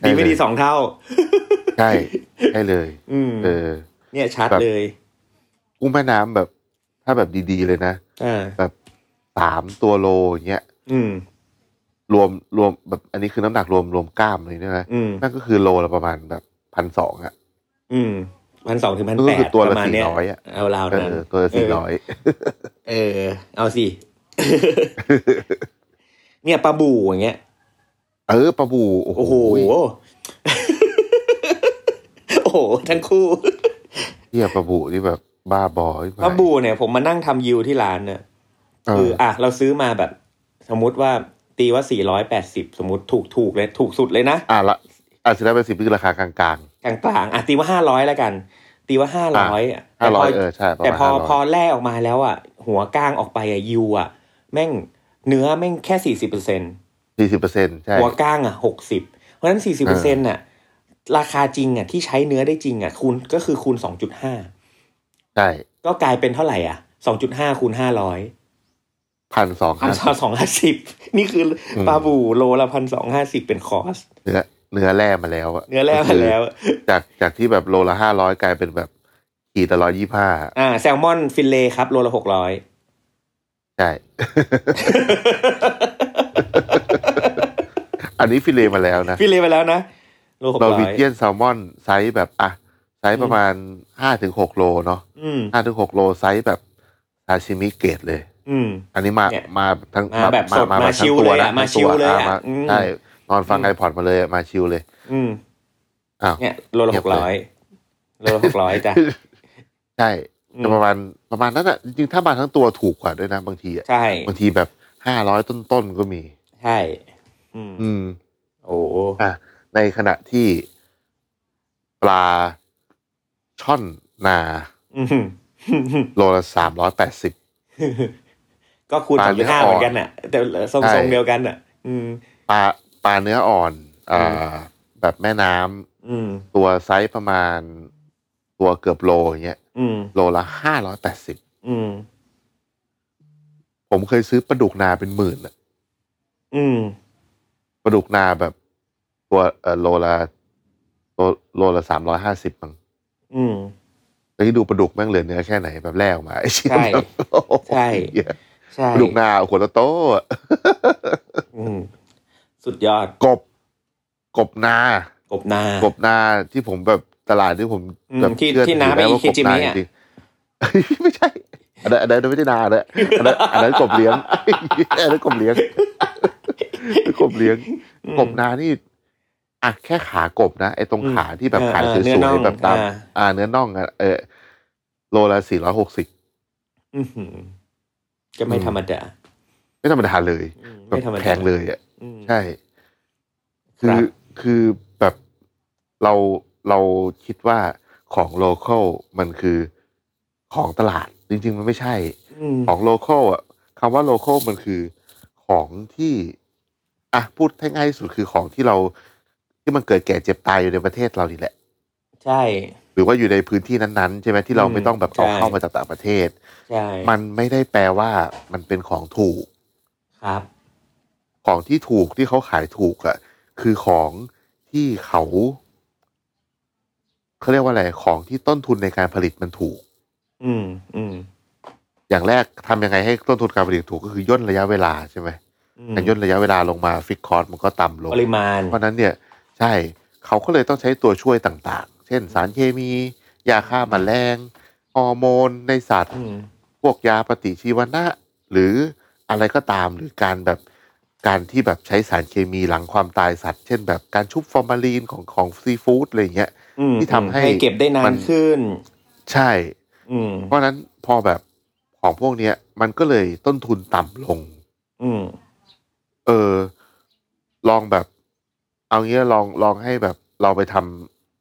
S4: ได้เลย
S3: <laughs> ดีไม่ดีสองเท่า
S4: ใช่ใช่เลย
S3: อืม
S4: เออ
S3: เนี่ยชัด
S4: แบบ
S3: เลย
S4: กุ้งแม่น้ำแบบ ถ้าแบบดีๆเลยนะ
S3: อ่า
S4: แบบสามตัวโลอย่างเงี้ย
S3: อืม
S4: รวมรวมแบบอันนี้คือน้ำหนักรวมรวมกล้ามเลยเนี่ยนะ
S3: อืม
S4: นั่นก็คือโลละประมาณแบบพันสองอะ
S3: อืม พันสองถึงพัน
S4: ก็
S3: แป
S4: คือ
S3: ด
S4: ตัว
S3: ป
S4: ละ
S3: ระมาณเนี้ย
S4: สี่ร้อยอะ
S3: เอาราว
S4: เอ
S3: นั้น
S4: อตัวละสี่ร้อย
S3: เออ เอา
S4: <laughs>
S3: สิ เนี่ยปลาบู่อย่างเงี้ย
S4: เออปลาบู
S3: โอ้โห โอ้โห ทั้งคู่
S4: เหียปลาบูที่แบบบ้าบอขึ้นไป
S3: ปลาบูเนี่ยผมมานั่งทำยิวที่ร้านเนี่ย
S4: เอ
S3: คือ
S4: อ
S3: อ่ะเราซื้อมาแบบ สมมุติว่าตีว่าสี่ร้อยแปดสิบสมมติถูกถูกเลย ถูกสุดเลยนะ
S4: อ่ะละอาจจะได้เป็นสิบคือราคากลาง
S3: กลางกลางๆอ่ะตีว่าห้าร้อยแล้วกัน ตีว่าห้าร้อย
S4: ๆ ห้าร้อยเออใช่ประ
S3: แต่
S4: มาณ
S3: พอ
S4: ห้าร้
S3: พอ
S4: อย
S3: แล่ออกมาแล้วอ่ะ หัวกลางออกไปอ่ะยูอ่ะ แม่งเนื้อแม่งแค่สี่สิบเปอร์เซ็น
S4: สี่สิบเปอร์เซ็นต์ใช่
S3: หัวกลางอ่ะหกสิบเพราะฉะนั้นสี่สิบเปอร์เซ็นอ่ะ ราคาจริงอ่ะที่ใช้เนื้อได้จริงอ่ะคูณก็คือคูณสองจุดห้า
S4: ใช่
S3: ก็กลายเป็นเท่าไหร่อ่ะสองจุดห้าคูณห้าร้อย
S4: พันสอง
S3: พันส
S4: ห้า
S3: องสองห้าสิบนี่คืออ
S4: ม
S3: ปลาบูโลละพันสองห้าสิบเป็นคอส
S4: เนื้อเนื้อแร่มาแล้วอะ
S3: เนื้อแร่มาแล้ว
S4: จากจากที่แบบโลละห้าร้อยกลายเป็นแบบขีดละร้อยยี่ห้า
S3: อ่า แซลมอนฟินเลครับ โลละหกร้อย
S4: ใช่ <laughs> อันนี้ฟิเลมาแล้วนะ
S3: <laughs> ฟินเลไปแล้วนะ โลหก
S4: เรา
S3: ร้อ
S4: วิ
S3: ย
S4: เจียนแซลมอนไซส์แบบอ่ะไซส์ประมาณห้าถึงหกโลเนาะ
S3: อืม
S4: ห้าถึงหกโลไซส์แบบซาชิมิเกตเลย
S3: อืม
S4: อันนี้มา
S3: เนี่ย
S4: มาทั้ง
S3: มาแบบสดมา
S4: ทั้ง
S3: ชิลเลยอะ
S4: น
S3: มา
S4: ทั้
S3: ชิ
S4: งตัว
S3: ลเลยอะ
S4: อ่ะมา
S3: อืม
S4: ใช่นอนฟังไอพอดมาเลยอะมาชิลเลย
S3: อืม
S4: อ้าว
S3: เนี่ยโลละห
S4: เงียบ
S3: ก
S4: เล
S3: ร้อย ยโลละหกร้อย
S4: <laughs>
S3: จ้ะ
S4: ใช่
S3: อืม
S4: จะประมาณประมาณนั้นอ่ะจริงๆถ้ามาทั้งตัวถูกกว่าด้วยนะ บางทีอ่ะ
S3: ใช่
S4: บางทีแบบห้าร้อยต้นๆก็มี
S3: ใช่ อืม
S4: อืม
S3: โอ้โห <laughs>
S4: อ่ะในขณะที่ปลาช่อนนา
S3: อืม
S4: โลละสามร้อยแปดสิบ
S3: ก็คูณ
S4: ป
S3: ส
S4: ลา
S3: องจุ
S4: เนื้
S3: ด
S4: อ
S3: ห้า
S4: อ่
S3: เห
S4: อน
S3: มือนกันอ่ะ แต่ทรง
S4: ใช่
S3: ทรงเดียวกันอ่ะ อืม
S4: ปลาปลาเนื้ออ่อนอ่า
S3: อืม
S4: แบบแม่น้ำ
S3: อืม
S4: ตัวไซส์ประมาณ ตัวเกือบโลอย่างเงี้ย
S3: อืม
S4: โลละห้าร้อยแปดสิบ
S3: อืม
S4: ผมเคยซื้อปลาดุกนาเป็นหมื่นอะ
S3: อืม
S4: ปลาดุกนาแบบตัวเออโลละโลโลละสามร้อยห้าสิบมั้ง
S3: อืม
S4: แล้วที่ดูปลาดุกแม่งเหลือเนื้อแค่ไหนแบบแล่ออกมา <laughs> ไอ้เหี้ย
S3: ใช่
S4: แบบโอ้โห
S3: ใช่
S4: เหี้ย
S3: ใช่
S4: ปลาดุกนาหัวโตๆอะ
S3: อืม สุดยอด
S4: กบ กบนาก
S3: บนาก
S4: กบนาที่ผมแบบตลาดที่ผม
S3: อืม
S4: แบบ
S3: ที่
S4: เชื่อ
S3: ที่น้าไป
S4: ถืด้ว่
S3: อิคิจิมิอะ
S4: กบนาริงๆ ไม่ใช่อันนั้นอันนั้นไม่ใช่นาเลยอันนั้นอันนั้นกบเลี้ยง <laughs> อันนั้นกบเลี้ยงกบเลี้ยง
S3: อืม
S4: กบนานี่อ่ะแค่ขากบนะไอ้ตรง
S3: อืม
S4: ขาที่แบบ
S3: เออ
S4: ขายส
S3: เออเนื้อน่
S4: ว
S3: อย ง
S4: ๆแบบตาม
S3: อ่า
S4: อ่าเนื้อน่องอ่ะเออโลละสี่ร้อยหกสิบ
S3: อื้อหือก็ไม่ธรรมดา
S4: ไม่ธรรมดาเลย
S3: อืม
S4: แบบ
S3: ไม่ธรรมดา
S4: แพงเลยอ่ะ
S3: อืม
S4: ใช่
S3: ครั
S4: คื
S3: บ
S4: อคือแบบเราเราคิดว่าของโลเคอลมันคือของตลาด จริง ๆ มันไม่ใช่
S3: อืม
S4: ของโลเคอลอ่ะคำว่าโลเคอลมันคือของที่อ่ะพูดให้ง่ายที่สุดคือของที่เราที่มันเกิดแก่เจ็บตายอยู่ในประเทศเรานี่แหละ
S3: ใช่
S4: หรือว่าอยู่ในพื้นที่นั้นๆ ใช่ไหมที่เรา
S3: อืม
S4: ไม่ต้องแบบเอา
S3: ใช่
S4: เข้ามาจากต่างประเทศ
S3: ใช่
S4: มันไม่ได้แปลว่ามันเป็นของถูก
S3: ครับ
S4: ของที่ถูกที่เขาขายถูกอะคือของที่เขาเขาเรียกว่าอะไรของที่ต้นทุนในการผลิตมันถูก
S3: อืม อืม
S4: อย่างแรกทำยังไงให้ต้นทุนการผลิตถูกก็คือย่นระยะเวลาใช่ไหม
S3: อืม
S4: การย่นระยะเวลาลงมาฟิกคอร์สมันก็ต่ำลง
S3: ปริมาณ
S4: เพราะฉะนั้นเนี่ยใช่เขาก็เลยต้องใช้ตัวช่วยต่างๆ เช่น สารเคมี ยาฆ่าแมลงฮอร์โมนในสัตว์
S3: อืม
S4: พวกยาปฏิชีวนะ หรืออะไรก็ตามหรือการแบบการที่แบบใช้สารเคมีหลังความตายสัตว์ เช่นแบบการชุบฟอร์มาลีนของของซีฟู้ดอะไรอย่างเงี้ย
S3: อืม
S4: ที่ทำให้
S3: เก็บได้นา
S4: มัน น
S3: ขึ้น
S4: ใช่
S3: อืม
S4: เพราะฉะนั้นพอแบบของพวกเนี้ย มันก็เลยต้นทุนต่ำลง
S3: อืม
S4: เออ ลองแบบ เอางี้ลองลองให้แบบเราไปท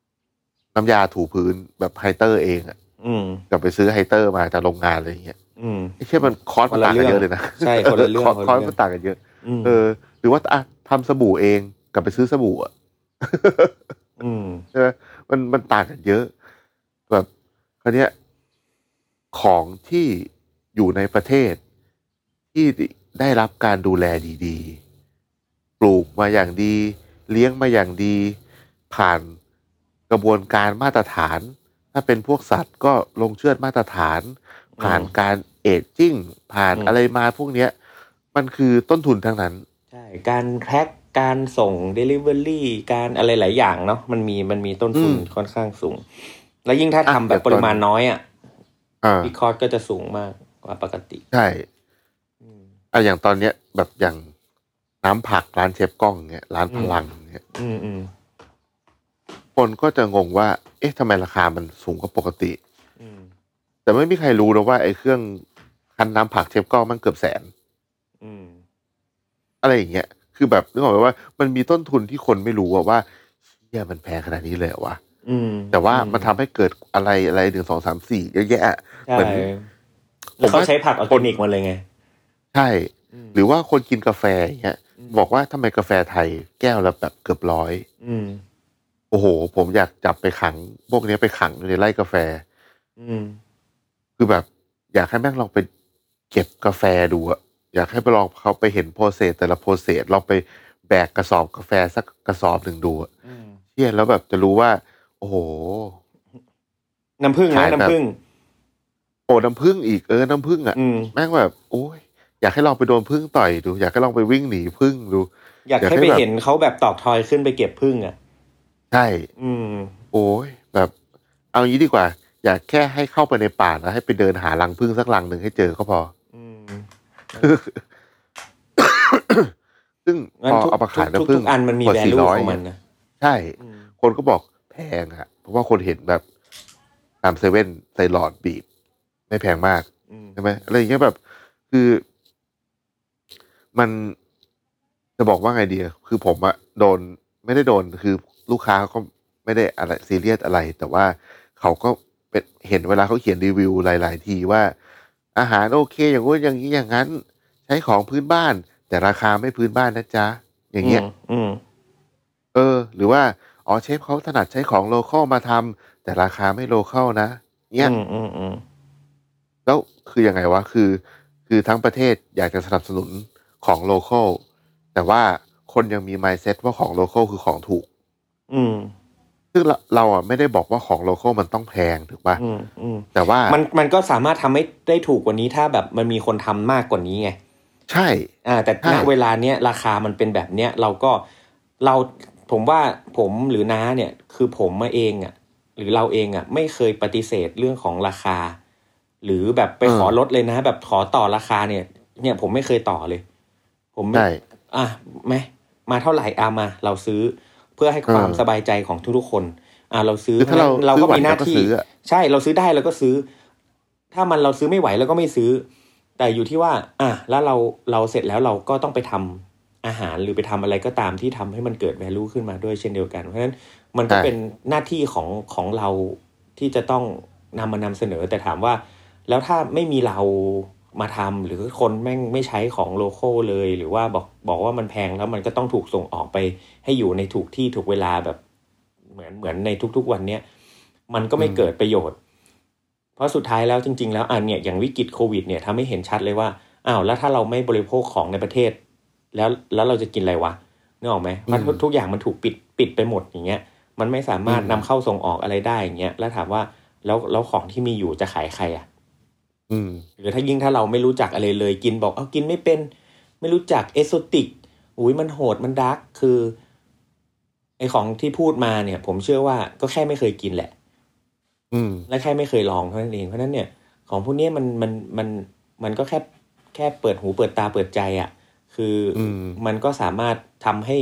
S4: ำน้ำยาถูพื้นแบบไฮเตอร์เองอะ
S3: อืม
S4: กลับไปซื้อไฮเตอร์มาจากโรงงานอะไรอย่างเงี้ย
S3: อืม
S4: ไอ้เช่ยมันคอสมันต่างกันเยอะเลยนะ
S3: ใช่คนละเรื่อง
S4: <laughs> คอส
S3: คนละเรื่อง
S4: คอสมันต่างกันเยอะ
S3: อืม
S4: เออหรือว่าอ่ะทำสบู่เองกลับไปซื้อสบู่อ่ะ
S3: อืม
S4: ใช่ไหมมันมันต่างกันเยอะ แบบคราวเนี้ยของที่อยู่ในประเทศ ที่ได้รับการดูแลดีๆ ปลูกมาอย่างดี เลี้ยงมาอย่างดี ผ่านกระบวนการมาตรฐาน ถ้าเป็นพวกสัตว์ก็ลงเชือดมาตรฐาน ผ่านการเอจจิ้งผ่าน
S3: อืม
S4: อะไรมาพวกเนี้ย มันคือต้นทุนทั้งนั้น
S3: ใช่ การแพ็คการส่ง Delivery การอะไรหลายอย่างเนาะมันมีมันมีต้นทุน
S4: อืม
S3: ค่อนข้างสูง แล้วยิ่งถ้าทำแบบปริมาณน้อยอ่ะ
S4: อ่า
S3: อีคอสก็จะสูงมากกว่าปกติ
S4: ใช่ อ่ะอย่างตอนเนี้ยแบบอย่างน้ำผักร้านเชฟกล้องเนี้ยร้านพลังเนี้ย
S3: อืมอืม
S4: คนก็จะงงว่า เอ๊ะทำไมราคามันสูงกว่าปกติ
S3: อืม
S4: แต่ไม่มีใครรู้นะว่าไอ้เครื่องคั้นน้ำผักเชฟกล้องมันเกือบแสน
S3: อืม
S4: อะไรอย่างเงี้ยคือแบบนึกออกไหมว่ามันมีต้นทุนที่คนไม่รู้อะว่าเชี่ยมันแพงขนาดนี้เลยเหรอวะ
S3: อืม
S4: แต่ว่ามันทำให้เกิดอะไรอะไรหนึ่งสองสามสี่เยอะแยะ
S3: ใช่
S4: เหมือน
S3: แล้ว
S4: ผม
S3: เขา
S4: ว่า
S3: ใช้ผักออร์แกนิกหมาเลยไง
S4: ใช่ หรือว่าคนกินกาแฟอย่างเงี้ย
S3: อืม
S4: บอกว่าทำไมกาแฟไทยแก้วละแบบเกือบร้อย
S3: อืม
S4: โอ้โห ผมอยากจับไปขัง พวกเนี้ยไปขังอยู่ในไร่กาแฟ
S3: อืม
S4: คือแบบ อยากให้แม่งลองไปเก็บกาแฟดูอะอยากให้ไปลองเขาไปเห็นโปรเซสแต่ละโปรเซสลองไปแบกกระสอบกาแฟสักกระสอบหนึ่งดูอะ
S3: อืม
S4: เที่ยแล้วแบบจะรู้ว่า โอ้โห
S3: น้ำผึ้ง
S4: ขา
S3: นะ
S4: ยแบบ
S3: น้ำผึ้ง
S4: โอ้น้ำผึ้งอีกเออน้ำผึ้งอะ
S3: อืม
S4: แม่งแบบโอ้ยอยากให้ลองไปโดนผึ้งต่อยดู อยากให้ลองไปวิ่งหนีผึ้งดู
S3: อยาก
S4: อยากให้
S3: ให้ไป
S4: แบบ
S3: เห็นเขาแบบตอกทอยขึ้นไปเก็บผึ้งอ่ะ
S4: ใช่
S3: อืม
S4: โอ้ยแบบ เอางี้ดีกว่า อยากแค่ให้เข้าไปในป่าแล้วให้ไปเดินหารังผึ้งสักรังหนึ่งให้เจอก็พอ
S3: อืม
S4: ซึ่ง
S3: งั้น
S4: พอ
S3: ทุก
S4: เอามาขาย
S3: ทุก
S4: น้ำผึ้ง
S3: ทุกอันมันมี
S4: ขวด
S3: แว
S4: สี่
S3: ลู
S4: ร้อย
S3: ของมันนะ
S4: ใช่
S3: อืม
S4: คนก็บอกแพงอะเพราะว่าคนเห็นแบบตามเซเว่นใส่หลอดบีบ ไม่แพงมาก
S3: อืม
S4: ใช่ไหมอะไรอย่างเงี้ยแบบ คือ มันจะบอกว่าไงดีอะคือผมอะโดนไม่ได้โดนคือลูกค้าก็ไม่ได้อะไรซีเรียสอะไร แต่ว่าเขาก็เป็นเห็นเวลาเขาเขียนรีวิวหลาย ๆ ทีว่า อาหารโอเค อย่างงู้นอย่างนี้อย่างนั้น ใช้ของพื้นบ้าน แต่ราคาไม่พื้นบ้านนะจ๊ะอย่างเงี้ย
S3: อืม
S4: เออ หรือว่า อ๋อเชฟเขาถนัดใช้ของโลเคอลมาทำแต่ราคาไม่โลเคอลนะ
S3: อื
S4: เนี่ย
S3: มอืมอืม
S4: แล้วคือยังไงวะคือ คือทั้งประเทศอยากจะสนับสนุนของโลเคอลแต่ว่าคนยังมี mindset ว่าของโลเคอลคือของถูก
S3: อืม
S4: ซึ่งเราเราอ่ะไม่ได้บอกว่าของโลเคอลมันต้องแพงถูกปะ
S3: อืมอืม
S4: แต่ว่า
S3: มันมันก็สามารถทำให้ได้ถูกกว่านี้ถ้าแบบมันมีคนทำมากกว่านี้ไง
S4: ใช่
S3: อ่าแต่
S4: ใช่
S3: ณเวลาเนี้ยราคามันเป็นแบบเนี้ยเราก็เราผมว่าผมหรือน้าเนี่ยคือผมมาเองอะ่ะหรือเราเองอะ่ะไม่เคยปฏิเสธเรื่องของราคา หรือแบบไป
S4: เออ
S3: ขอลดเลยนะ แบบขอต่อราคาเนี่ย เนี่ยผมไม่เคยต่อเลย ผมไม่
S4: ใช่
S3: อ่ะไหมมาเท่าไหร่อามา เราซื้อเพื่อให้ความ
S4: เออ
S3: สบายใจของทุกๆคน อ่าเราซื้อ
S4: คือถ้าเรา
S3: เราก็มีหน้า
S4: ซื้อไหวเราก็
S3: ที่
S4: ซื้ออะ
S3: ใช่เราซื้อได้เราก็ซื้อ ถ้ามันเราซื้อไม่ไหวเราก็ไม่ซื้อ แต่อยู่ที่ว่า อ่ะแล้วเราเราเสร็จแล้วเราก็ต้องไปทำอาหารหรือไปทำอะไรก็ตามที่ทำให้มันเกิด value ขึ้นมาด้วยเช่นเดียวกัน เพราะฉะนั้นมันก็
S4: ใช่
S3: เป็นหน้าที่ของของเราที่จะต้องนำมานำเสนอ แต่ถามว่า แล้วถ้าไม่มีเรามาทำหรือคนแม่งไม่ใช้ของโลโก้เลย หรือว่าบอกบอกว่ามันแพงแล้วมันก็ต้องถูกส่งออกไป ให้อยู่ในถูกที่ถูกเวลาแบบเหมือนเหมือนในทุกๆวันเนี้ยมันก็ไม่
S4: อืม
S3: เกิดประโยชน์ เพราะสุดท้ายแล้วจริง ๆ แล้วอันเนี่ยอย่างวิกฤตโควิดเนี่ยทำให้เห็นชัดเลยว่าอ้าวแล้วถ้าเราไม่บริโภคของในประเทศ แล้วแล้วเราจะกินอะไรวะนึกออกไหมเพราะทุกทุกอย่างมันถูกปิดปิดไปหมดอย่างเงี้ย มันไม่สามารถนำเข้าส่งออกอะไรได้อย่างเงี้ยแล้วถามว่าแล้วแล้วของที่มีอยู่จะขายใครอ่ะ
S4: อืม
S3: หรือถ้ายิ่งถ้าเราไม่รู้จักอะไรเลยกินบอกเอากินไม่เป็น ไม่รู้จักเอสโซติกอุ้ยมันโหดมันดาร์กคือไอของที่พูดมาเนี่ย ผมเชื่อว่าก็แค่ไม่เคยกินแหละ
S4: อืม
S3: และแค่ไม่เคยลองเท่านั้นเองเพราะฉะนั้นเนี่ยของพวกเนี้ยมันมันมันมันก็แค่แค่เปิดหูเปิดตาเปิดใจอะ่ะ คืออ
S4: ม
S3: มันก็สามารถทำให้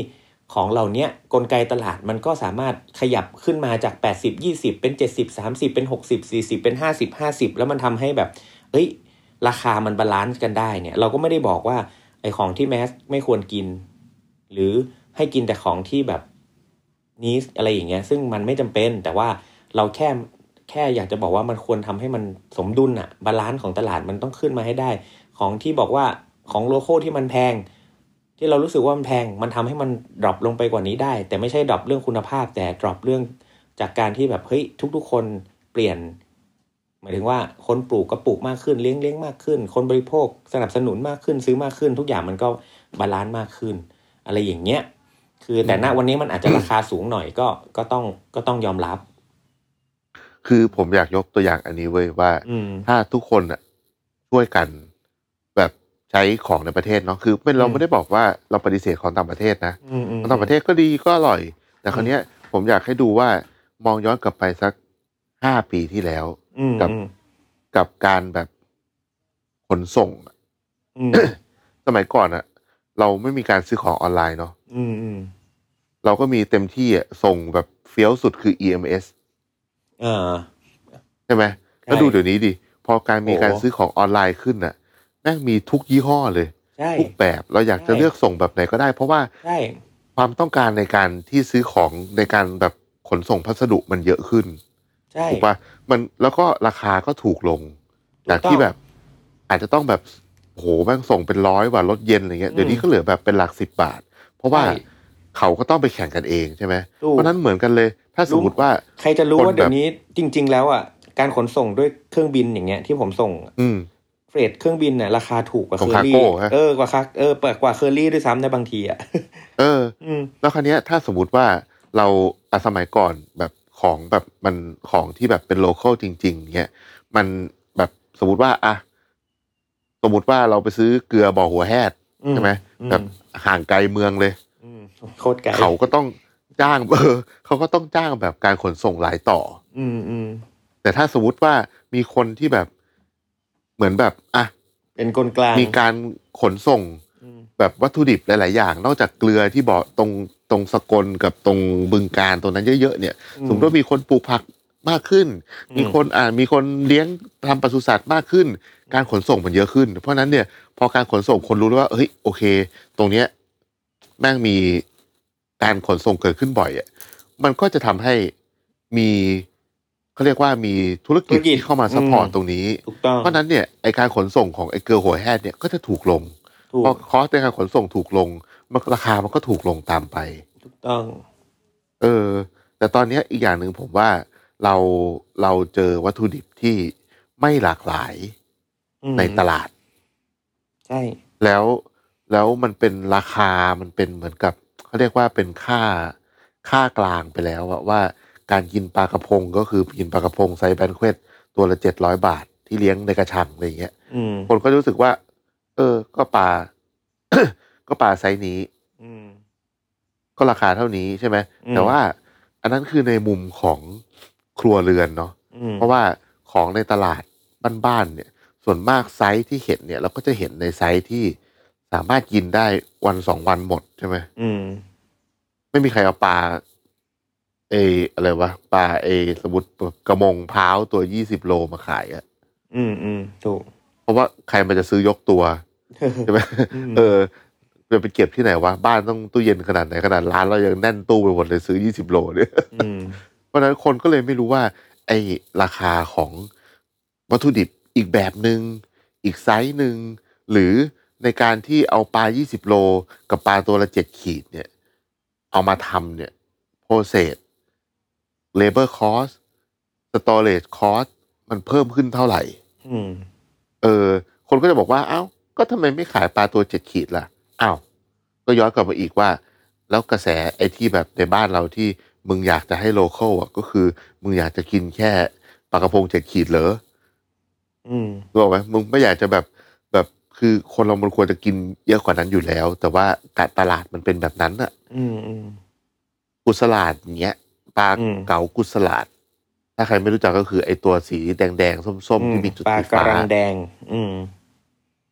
S3: ของเหล่าเนี้ยกลไกตลาดมันก็สามารถขยับขึ้นมาจาก 80 20 เป็น 70 30 เป็น 60 40 เป็น 50 50 แล้วมันทำให้แบบ เอ้ย ราคามันบาลานซ์กันได้เนี่ย เราก็ไม่ได้บอกว่า ไอของที่แมสไม่ควรกิน หรือให้กินแต่ของที่แบบนี้อะไรอย่างเงี้ย ซึ่งมันไม่จำเป็น แต่ว่าเราแค่แค่อยากจะบอกว่ามันควรทำให้มันสมดุลอะบาลานซ์ของตลาดมันต้องขึ้นมาให้ได้ ของที่บอกว่าของโลโก้ที่มันแพง ที่เรารู้สึกว่ามันแพง มันทำให้มันดรอปลงไปกว่านี้ได้ แต่ไม่ใช่ดรอปเรื่องคุณภาพ แต่ดรอปเรื่องจากการที่แบบเฮ้ยทุก ๆ คนเปลี่ยน หมายถึงว่าคนปลูกก็ปลูกมากขึ้นเลี้ยงเลี้ยงมากขึ้น คนบริโภคสนับสนุนมากขึ้นซื้อมากขึ้น ทุกอย่างมันก็บาลานซ์มากขึ้น อะไรอย่างเงี้ย คือแต่ณวันนี้มันอาจจะราคาสูงหน่อยก็ก็ต้องก็ต้องยอมรับ
S4: คือผมอยากยกตัวอย่างอันนี้เว้ยว่า
S3: อืม
S4: ถ้าทุกคนอ่ะช่วยกันแบบใช้ของในประเทศเนาะคือไม่เรา
S3: อืม
S4: ไม่ได้บอกว่าเราปฏิเสธของต่างประเทศนะ
S3: อืมอืม
S4: ต่างประเทศก็ดีก็อร่อย แต่คราวเนี้ยผมอยากให้ดูว่ามองย้อนกลับไปสัก ห้าปีที่แล้ว
S3: อืม
S4: กับ
S3: อืม
S4: กับการแบบขนส่งอะ
S3: อืม
S4: สมัยก่อนอะเราไม่มีการซื้อของออนไลน์เนาะ
S3: อืมอืม
S4: เราก็มีเต็มที่อะส่งแบบเฟี้ยวสุดคือ EMS
S3: อ่า
S4: ใช่ไหมแล้ว
S3: ใช่
S4: ดูเดี๋ยวนี้ดิ พอการมีการ
S3: โอ้โห
S4: ซื้อของออนไลน์ขึ้นน่ะแม่งมีทุกยี่ห้อเลย
S3: ใช่
S4: ทุกแบบเราอยากจะ
S3: ใช่
S4: เลือกส่งแบบไหนก็ได้ เพราะว่า
S3: ใช่
S4: ความต้องการในการที่ซื้อของในการแบบขนส่งพัสดุมันเยอะขึ้น
S3: ใช่
S4: ถูกปะมันแล้วก็ราคาก็ถูกลง
S3: ถูกต้อง
S4: จากที่แบบ อาจจะต้องแบบโหแม่งส่งเป็นร้อยกว่ารถเย็นอะไรเงี้ย
S3: อืม
S4: เดี๋ยวนี้ก็เหลือแบบเป็นหลักสิบบาท เพราะว่า
S3: ใช่
S4: เขาก็ต้องไปแข่งกันเองใช่ไหม
S3: ถูก
S4: เพราะฉะนั้นเหมือนกันเลย ถ้าสมมติว่า
S3: ใครจะรู้
S4: คน
S3: ว่าเดี๋ยว
S4: แบบ
S3: นี้จริง ๆ แล้วอ่ะการขนส่งด้วยเครื่องบินอย่างเงี้ยที่ผมส่ง
S4: อืม
S3: เฟรดเครื่องบินเนี่ยราคาถูกกว่า
S4: ข
S3: เค
S4: อง
S3: อ
S4: คา
S3: รี่
S4: โก้ฮะ
S3: เออกว่าคาเออกว่าเคอรี่ด้วยซ้ำในะบางทีอ่ะ <laughs>
S4: เออ
S3: อืม
S4: แล้วคราวเนี้ยถ้าสมมติว่าเราอะสมัยก่อนแบบของแบบมันของที่แบบเป็นโลเคอลจริง ๆเนี้ยมันแบบสมมติว่าอะสมมติว่าเราไปซื้อเกลือบ่อหัวแหดใช่ไหม
S3: อืม
S4: แบบห่างไกลเมืองเลย
S3: อืมโคตรไกล
S4: เขาก็ต้องจ้างเออ <laughs> เขาก็ต้องจ้างแบบการขนส่งหลายต่อ
S3: อืมอืม
S4: แต่ถ้าสมมติว่ามีคนที่แบบเหมือนแบบอ่ะ
S3: เป็นคนกลาง
S4: มีการขนส่ง
S3: อืม
S4: แบบวัตถุดิบหลาย ๆ อย่าง นอกจากเกลือที่บอกตรงตรงสกลกับตรงบึงการตรงนั้นเยอะ ๆ เนี่ย สมมติว่ามีคนปลูกผักมากขึ้น มีคนอ่ามีคนเลี้ยงทำปศุสัตว์มากขึ้น การขนส่งมันเยอะขึ้น เพราะฉะนั้นเนี่ย พอการขนส่งคนรู้แล้วว่าเฮ้ยโอเค ตรงเนี้ยแม่งมีการขนส่งเกิดขึ้นบ่อยอ่ะมันก็จะทำให้มีเขาเรียกว่ามีธุรกิจที่เข้ามาซัพพอร์ตตรงนี้
S3: ถูกต้อง
S4: เพราะฉะนั้นเนี่ยไอการขนส่งของไอเกลือหัวแหดเนี่ยก็จะถูกลง
S3: ถูก
S4: พอคอสในการขนส่งถูกลงมันราคามันก็ถูกลงตามไป
S3: ถูกต้อง
S4: เออ แต่ตอนเนี้ยอีกอย่างหนึ่งผมว่าเราเราเจอวัตถุดิบที่ไม่หลากหลาย
S3: อืม
S4: ในตลาด
S3: ใช่
S4: แล้วแล้วมันเป็นราคามันเป็นเหมือนกับเขาเรียกว่าเป็นค่าค่ากลางไปแล้วอะว่าการกินปลากระพงก็คือกินปลากระพงไซส์แบนเควตตัวละเจ็ดร้อยบาทที่เลี้ยงในกระชังอะไรอย่างเงี้ย
S3: อืม
S4: คนก็รู้สึกว่า เออ ก็ปลา <coughs> ก็ปลาไซส์นี้
S3: อืม
S4: ก็ราคาเท่านี้ใช่ไหม
S3: อืม
S4: แต่ว่าอันนั้นคือในมุมของครัวเรือนเนาะ
S3: อืม
S4: เพราะว่าของในตลาดบ้านๆเนี่ย ส่วนมากไซส์ที่เห็นเนี่ยเราก็จะเห็นในไซส์ที่สามารถกินได้วันสองวันหมดใช่ไหม
S3: อืม
S4: ไม่มีใครเอาปลาเอออะไรวะปลาเออสมมติกระมงพร้าวตัวยี่สิบโลมาขายอะ
S3: อืมอืมถูก
S4: เพราะว่าใครมันจะซื้อยก
S3: <laughs>
S4: ตัวใช่ไหม
S3: อืม
S4: เออจะไปเก็บที่ไหนวะบ้านต้องตู้เย็นขนาดไหนขนาดร้านเรายังแน่นตู้ไปหมดเลยซื้อยี่สิบโลเนี่ย
S3: อืม
S4: เพราะฉะนั้นคนก็เลยไม่รู้ว่า ไอ้ราคาของวัตถุดิบอีกแบบหนึง่งอีกไซส์หนึ่งหรือในการที่เอาปลา 20 โล กับปลาตัวละ 7 ขีดเนี่ย เอามาทำเนี่ยโปรเซส labor cost storage cost มันเพิ่มขึ้นเท่าไหร่
S3: อืม
S4: เออ คนก็จะบอกว่า เอ้า ก็ทำไมไม่ขายปลาตัว 7 ขีดล่ะอ้าว ก็ย้อนกลับมาอีกว่า แล้วกระแสไอ้ที่แบบในบ้านเราที่มึงอยากจะให้โลเคอลอ่ะก็คือ มึงอยากจะกินแค่ปลากระพงเจ็ดขีดเหรอ
S3: อืม
S4: รู้ไหมมึงไม่อยากจะแบบแบบคือคนเรามันควรจะกินเยอะกว่านั้นอยู่แล้ว แต่ว่าการตลาดมันเป็นแบบนั้นอ่ะ
S3: อืมอืม
S4: กุศลาดอย่างเงี้ยปลา
S3: อืม
S4: เก๋ากุศลาด ถ้าใครไม่รู้จักก็คือไอ้ตัวสีแดงๆส้มๆที่มีจุด
S3: ปลา
S4: สี
S3: กระ
S4: ฟ้า
S3: รังแดง อืม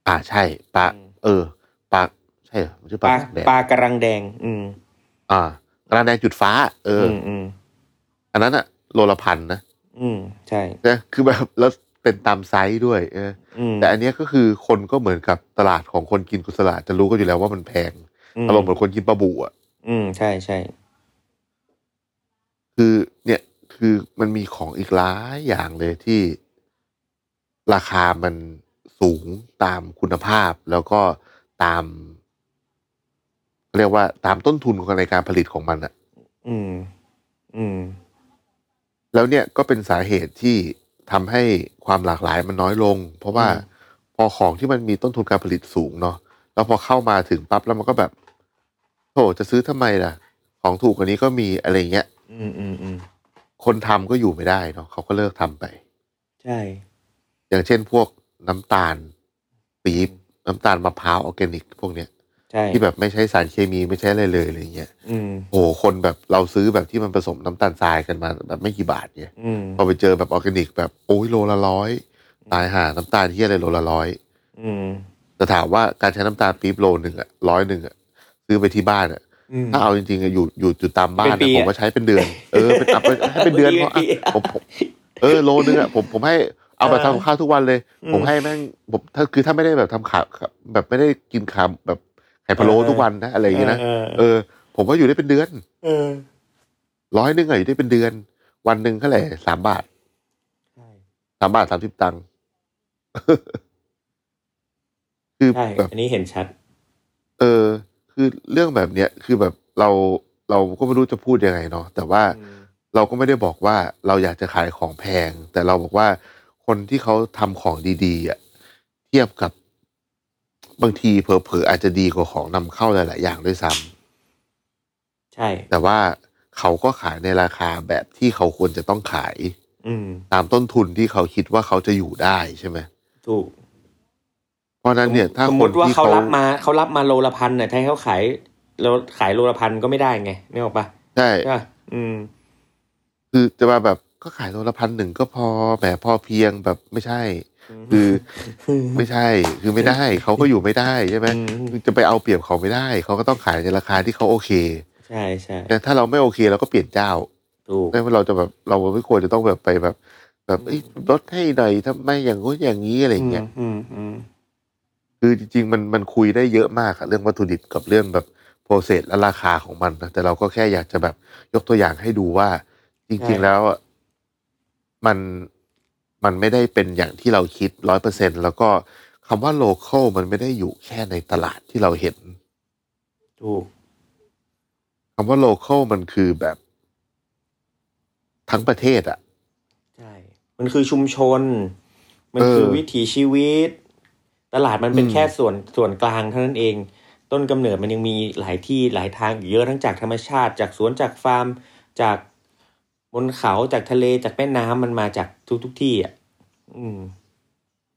S4: อ่าใช่ปลา
S3: อืม
S4: เออปลาใช่เหรอมันชื่อ
S3: ป
S4: ป
S3: ลา
S4: ลาแดง
S3: ปลากระรังแดง อืม
S4: อ่ากระแดงจุดฟ้า เออ
S3: อื
S4: อ
S3: มอืม
S4: อันนั้นอะโลละพันนะ
S3: อืมใช่
S4: นะคือแบบ <laughs> แล้วเป็นตามไซส์ด้วยเออ
S3: อืม
S4: แต่อันเนี้ยก็คือคนก็เหมือนกับตลาดของคนกินกุศลาจะรู้ก็อยู่แล้วว่ามันแพงอารมณ์เหมือนคนกินปลาบูอ่ะ
S3: อืมใช่ใช่
S4: คือเนี่ยคือมันมีของอีกหลายอย่างเลยที่ ราคามันสูงตามคุณภาพแล้วก็ตามเรียกว่าตามต้นทุนของในการผลิตของมันอะ
S3: อืม อืม
S4: แล้วเนี่ยก็เป็นสาเหตุที่ทำให้ความหลากหลายมันน้อยลง เพราะว่า
S3: อืม
S4: พอของที่มันมีต้นทุนการผลิตสูงเนาะแล้วพอเข้ามาถึงปั๊บแล้วมันก็แบบโถจะซื้อทำไมล่ะ ของถูกกว่านี้ก็มีอะไรเงี้ย
S3: อืมอืมอืม
S4: คนทำก็อยู่ไม่ได้เนาะเขาก็เลิกทำไป
S3: ใช่
S4: อย่างเช่นพวกน้ำตาลปี๊บน้ำตาลมะพร้าวออร์แกนิก พวกเนี้ย
S3: ใช่
S4: ที่แบบไม่ใช้สารเคมีไม่ใช้อะไรเลยอะไรเงี้ย
S3: อืม
S4: โอ้โหคนแบบเราซื้อแบบที่มันผสมน้ำตาลทรายกันมาแบบไม่กี่บาทเนี่ย
S3: อืม
S4: พอไปเจอแบบออร์แกนิก แบบโอ้ยโลละร้อยตายห่าน้ำตาลที่อะไรโลละร้อย
S3: อืม
S4: แต่ถามว่าการใช้น้ำตาลปี๊บโลหนึ่งอะร้อยหนึ่งอะซื้อไปที่บ้านอะ
S3: อืม
S4: ถ้าเอาจริงๆอะอยู่อยู่จุดตามบ้าน
S3: เป็นปีอะ
S4: อะผมก็ใช้เป็นเดือน เอ
S3: <laughs>
S4: อเป็นเอาไปให้เป็นเดือนเพราะ
S3: เป็นปี
S4: อะผมผมเออโลนึงอะผมผมให้เอาแบบ
S3: เออ
S4: ทำกับข้าวทุกวันเลย
S3: อืม
S4: ผมให้แม่งผมถ้าคือถ้าไม่ได้แบบทำขาแบบไม่ได้กินขาแบบไข่พะโล้
S3: เออ
S4: ทุกวันนะอะไรอย่างเงี้ยนะ
S3: เออเอ
S4: เอ
S3: อ
S4: อ ผมว่าอยู่ได้เป็นเดือน
S3: เออ
S4: ร้อยหนึ่งอะอยู่ได้เป็นเดือน วันหนึ่งเท่าไหร่สามบาท
S3: ใช่
S4: สามบาทสามสิบตังค์ <laughs> คือ
S3: ใช่
S4: แบบ
S3: อันนี้เห็นชัด
S4: เออคือเรื่องแบบเนี้ยคือแบบเราเราก็ไม่รู้จะพูดยังไงเนาะแต่ว่า
S3: อืม
S4: เราก็ไม่ได้บอกว่าเราอยากจะขายของแพง แต่เราบอกว่าคนที่เขาทำของดีๆอะเทียบกับบางทีเผลอๆอาจจะดีกว่าของนำเข้าหลายๆอย่างด้วยซ้ำ
S3: ใช่
S4: แต่ว่าเขาก็ขายในราคาแบบที่เขาควรจะต้องขาย
S3: อืม
S4: ตามต้นทุนที่เขาคิดว่าเขาจะอยู่ได้ใช่ไหม
S3: ถูก
S4: เพราะฉะนั้นเนี่ยถ้า
S3: สม
S4: ค
S3: ม
S4: น
S3: ติว่า
S4: ที่
S3: เขา
S4: เขา
S3: รับมาเขารับมาโลละพันน่ะถ้าให้เขาขายแล้วขายโลละพันก็ไม่ได้ไงนึกออกปะ
S4: ใช่
S3: ใช่ปะอืม
S4: คือจะมาแบบก็ขายโลละพันหนึ่งก็พอแหมพอเพียงแบบไม่ใช่ คือ ไม่ใช่ คือไม่ได้เขาก็อยู่ไม่ได้ใช่ไหม
S3: อืม
S4: คือจะไปเอาเปรียบเขาไม่ได้ เขาก็ต้องขายในราคาที่เขาโอเค
S3: ใช่ใช่
S4: แต่ถ้าเราไม่โอเคเราก็เปลี่ยนเจ้า
S3: ถูก
S4: ไม่ว่าเราจะแบบเราไม่ควรจะต้องแบบไปแบบ แบบเอ้ยลดให้หน่อยทำไมอย่างงู้นอย่างนี้อะไรอย่างเงี้ย
S3: อืมอืม
S4: คือจริงๆมันมันคุยได้เยอะมากอะเรื่องวัตถุดิบกับเรื่องแบบโปรเซสและราคาของมันนะแต่เราก็แค่อยากจะแบบยกตัวอย่างให้ดูว่า จริง ๆ แล้วอะมันมันไม่ได้เป็นอย่างที่เราคิดร้อยเปอร์เซ็นแล้วก็คำว่าโลเคอลมันไม่ได้อยู่แค่ในตลาดที่เราเห็น
S3: ถูก
S4: คำว่าโลเคอลมันคือแบบทั้งประเทศอะ
S3: ใช่ มันคือชุมชน มัน
S4: เออ
S3: คือวิถีชีวิต ตลาดมันเป็น
S4: อืม
S3: แค่ส่วนส่วนกลางเท่านั้นเอง ต้นกำเนิดมันยังมีหลายที่หลายทางอยู่เยอะทั้งจากธรรมชาติ จากสวนจากฟาร์ม จากบนเขาจากทะเลจากแม่น้ำมันมาจากทุกทุกๆที่อ่ะอืม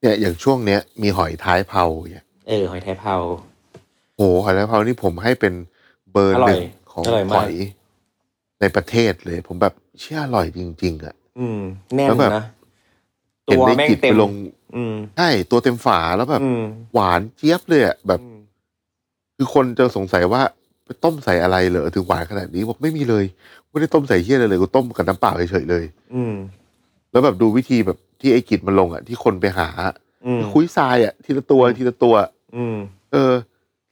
S4: เนี่ยอย่างช่วงเนี้ยมีหอยท้ายเผาเนี่ย
S3: เออหอยไทยเผา
S4: โหหอยท้ายเผานี่ผมให้เป็นเบอร์
S3: อร่อย
S4: หนึ่งของ
S3: อร่อย
S4: ห
S3: มาก
S4: อยในประเทศเลย ผมแบบเชื่ออร่อยจริง ๆอะ
S3: อืม แน่น
S4: แล้วแบบ
S3: นะ
S4: เห็น
S3: ตัว
S4: ได้
S3: แม่ง
S4: กลิด
S3: เต็
S4: ไป
S3: ม
S4: ลง
S3: อืม
S4: ใช่ตัวเต็มฝาแล้วแบบ
S3: อืม
S4: หวานเจี๊ยบเลยอะแบบ
S3: อืม
S4: คือคนจะสงสัยว่าไปต้มใส่อะไรเหรอถึงหวานขนาดนี้บอกไม่มีเลยไม่ได้ต้มใส่เหี้ยอะไรเลยกูต้มกับน้ำเปล่าเฉยๆเลย
S3: อืม
S4: แล้วแบบดูวิธีแบบที่ไอ้กลิดมันลงอ่ะที่คนไปหาอะ
S3: อืม
S4: คุยทรายอ่ะทีละตัว
S3: อืม
S4: ทีละตัว
S3: อืม
S4: เออ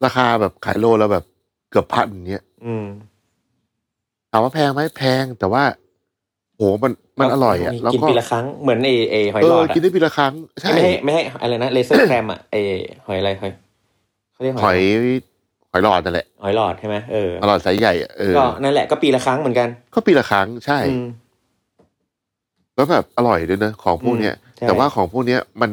S4: ราคาแบบขายโลแล้วแบบเกือบพันเนี้ย
S3: อืม
S4: ถามว่าแพงไหมแพงแต่ว่า โหมันมันอร่อยอ่ะ แล้ว
S3: กิน
S4: ก็
S3: ปีละครั้งเหมือนเอเอหอย
S4: เอ
S3: หลอ
S4: อ
S3: ดอะ
S4: กินได้ปีละครั้งใช่
S3: ไม่ให้ไม่ให้อะไรนะเลเซอร์แคมอะเอหอยอะไรหอยเขาเรียก
S4: ห
S3: ห
S4: อ
S3: อย
S4: ยหอยหลอดนั่นแหละ
S3: หอยหลอดใช่ไหมเออ
S4: หอยหลอดสายใหญ่อะเออ
S3: ก็นั่นแหละก็ปีละครั้งเหมือนกัน
S4: ก็ปีละครั้งใช่
S3: อืม
S4: แล้วแบบอร่อยด้วยเนอะของพวกเนี้ย
S3: อืมใช่
S4: แต่ว่าของพวกเนี้ยมัน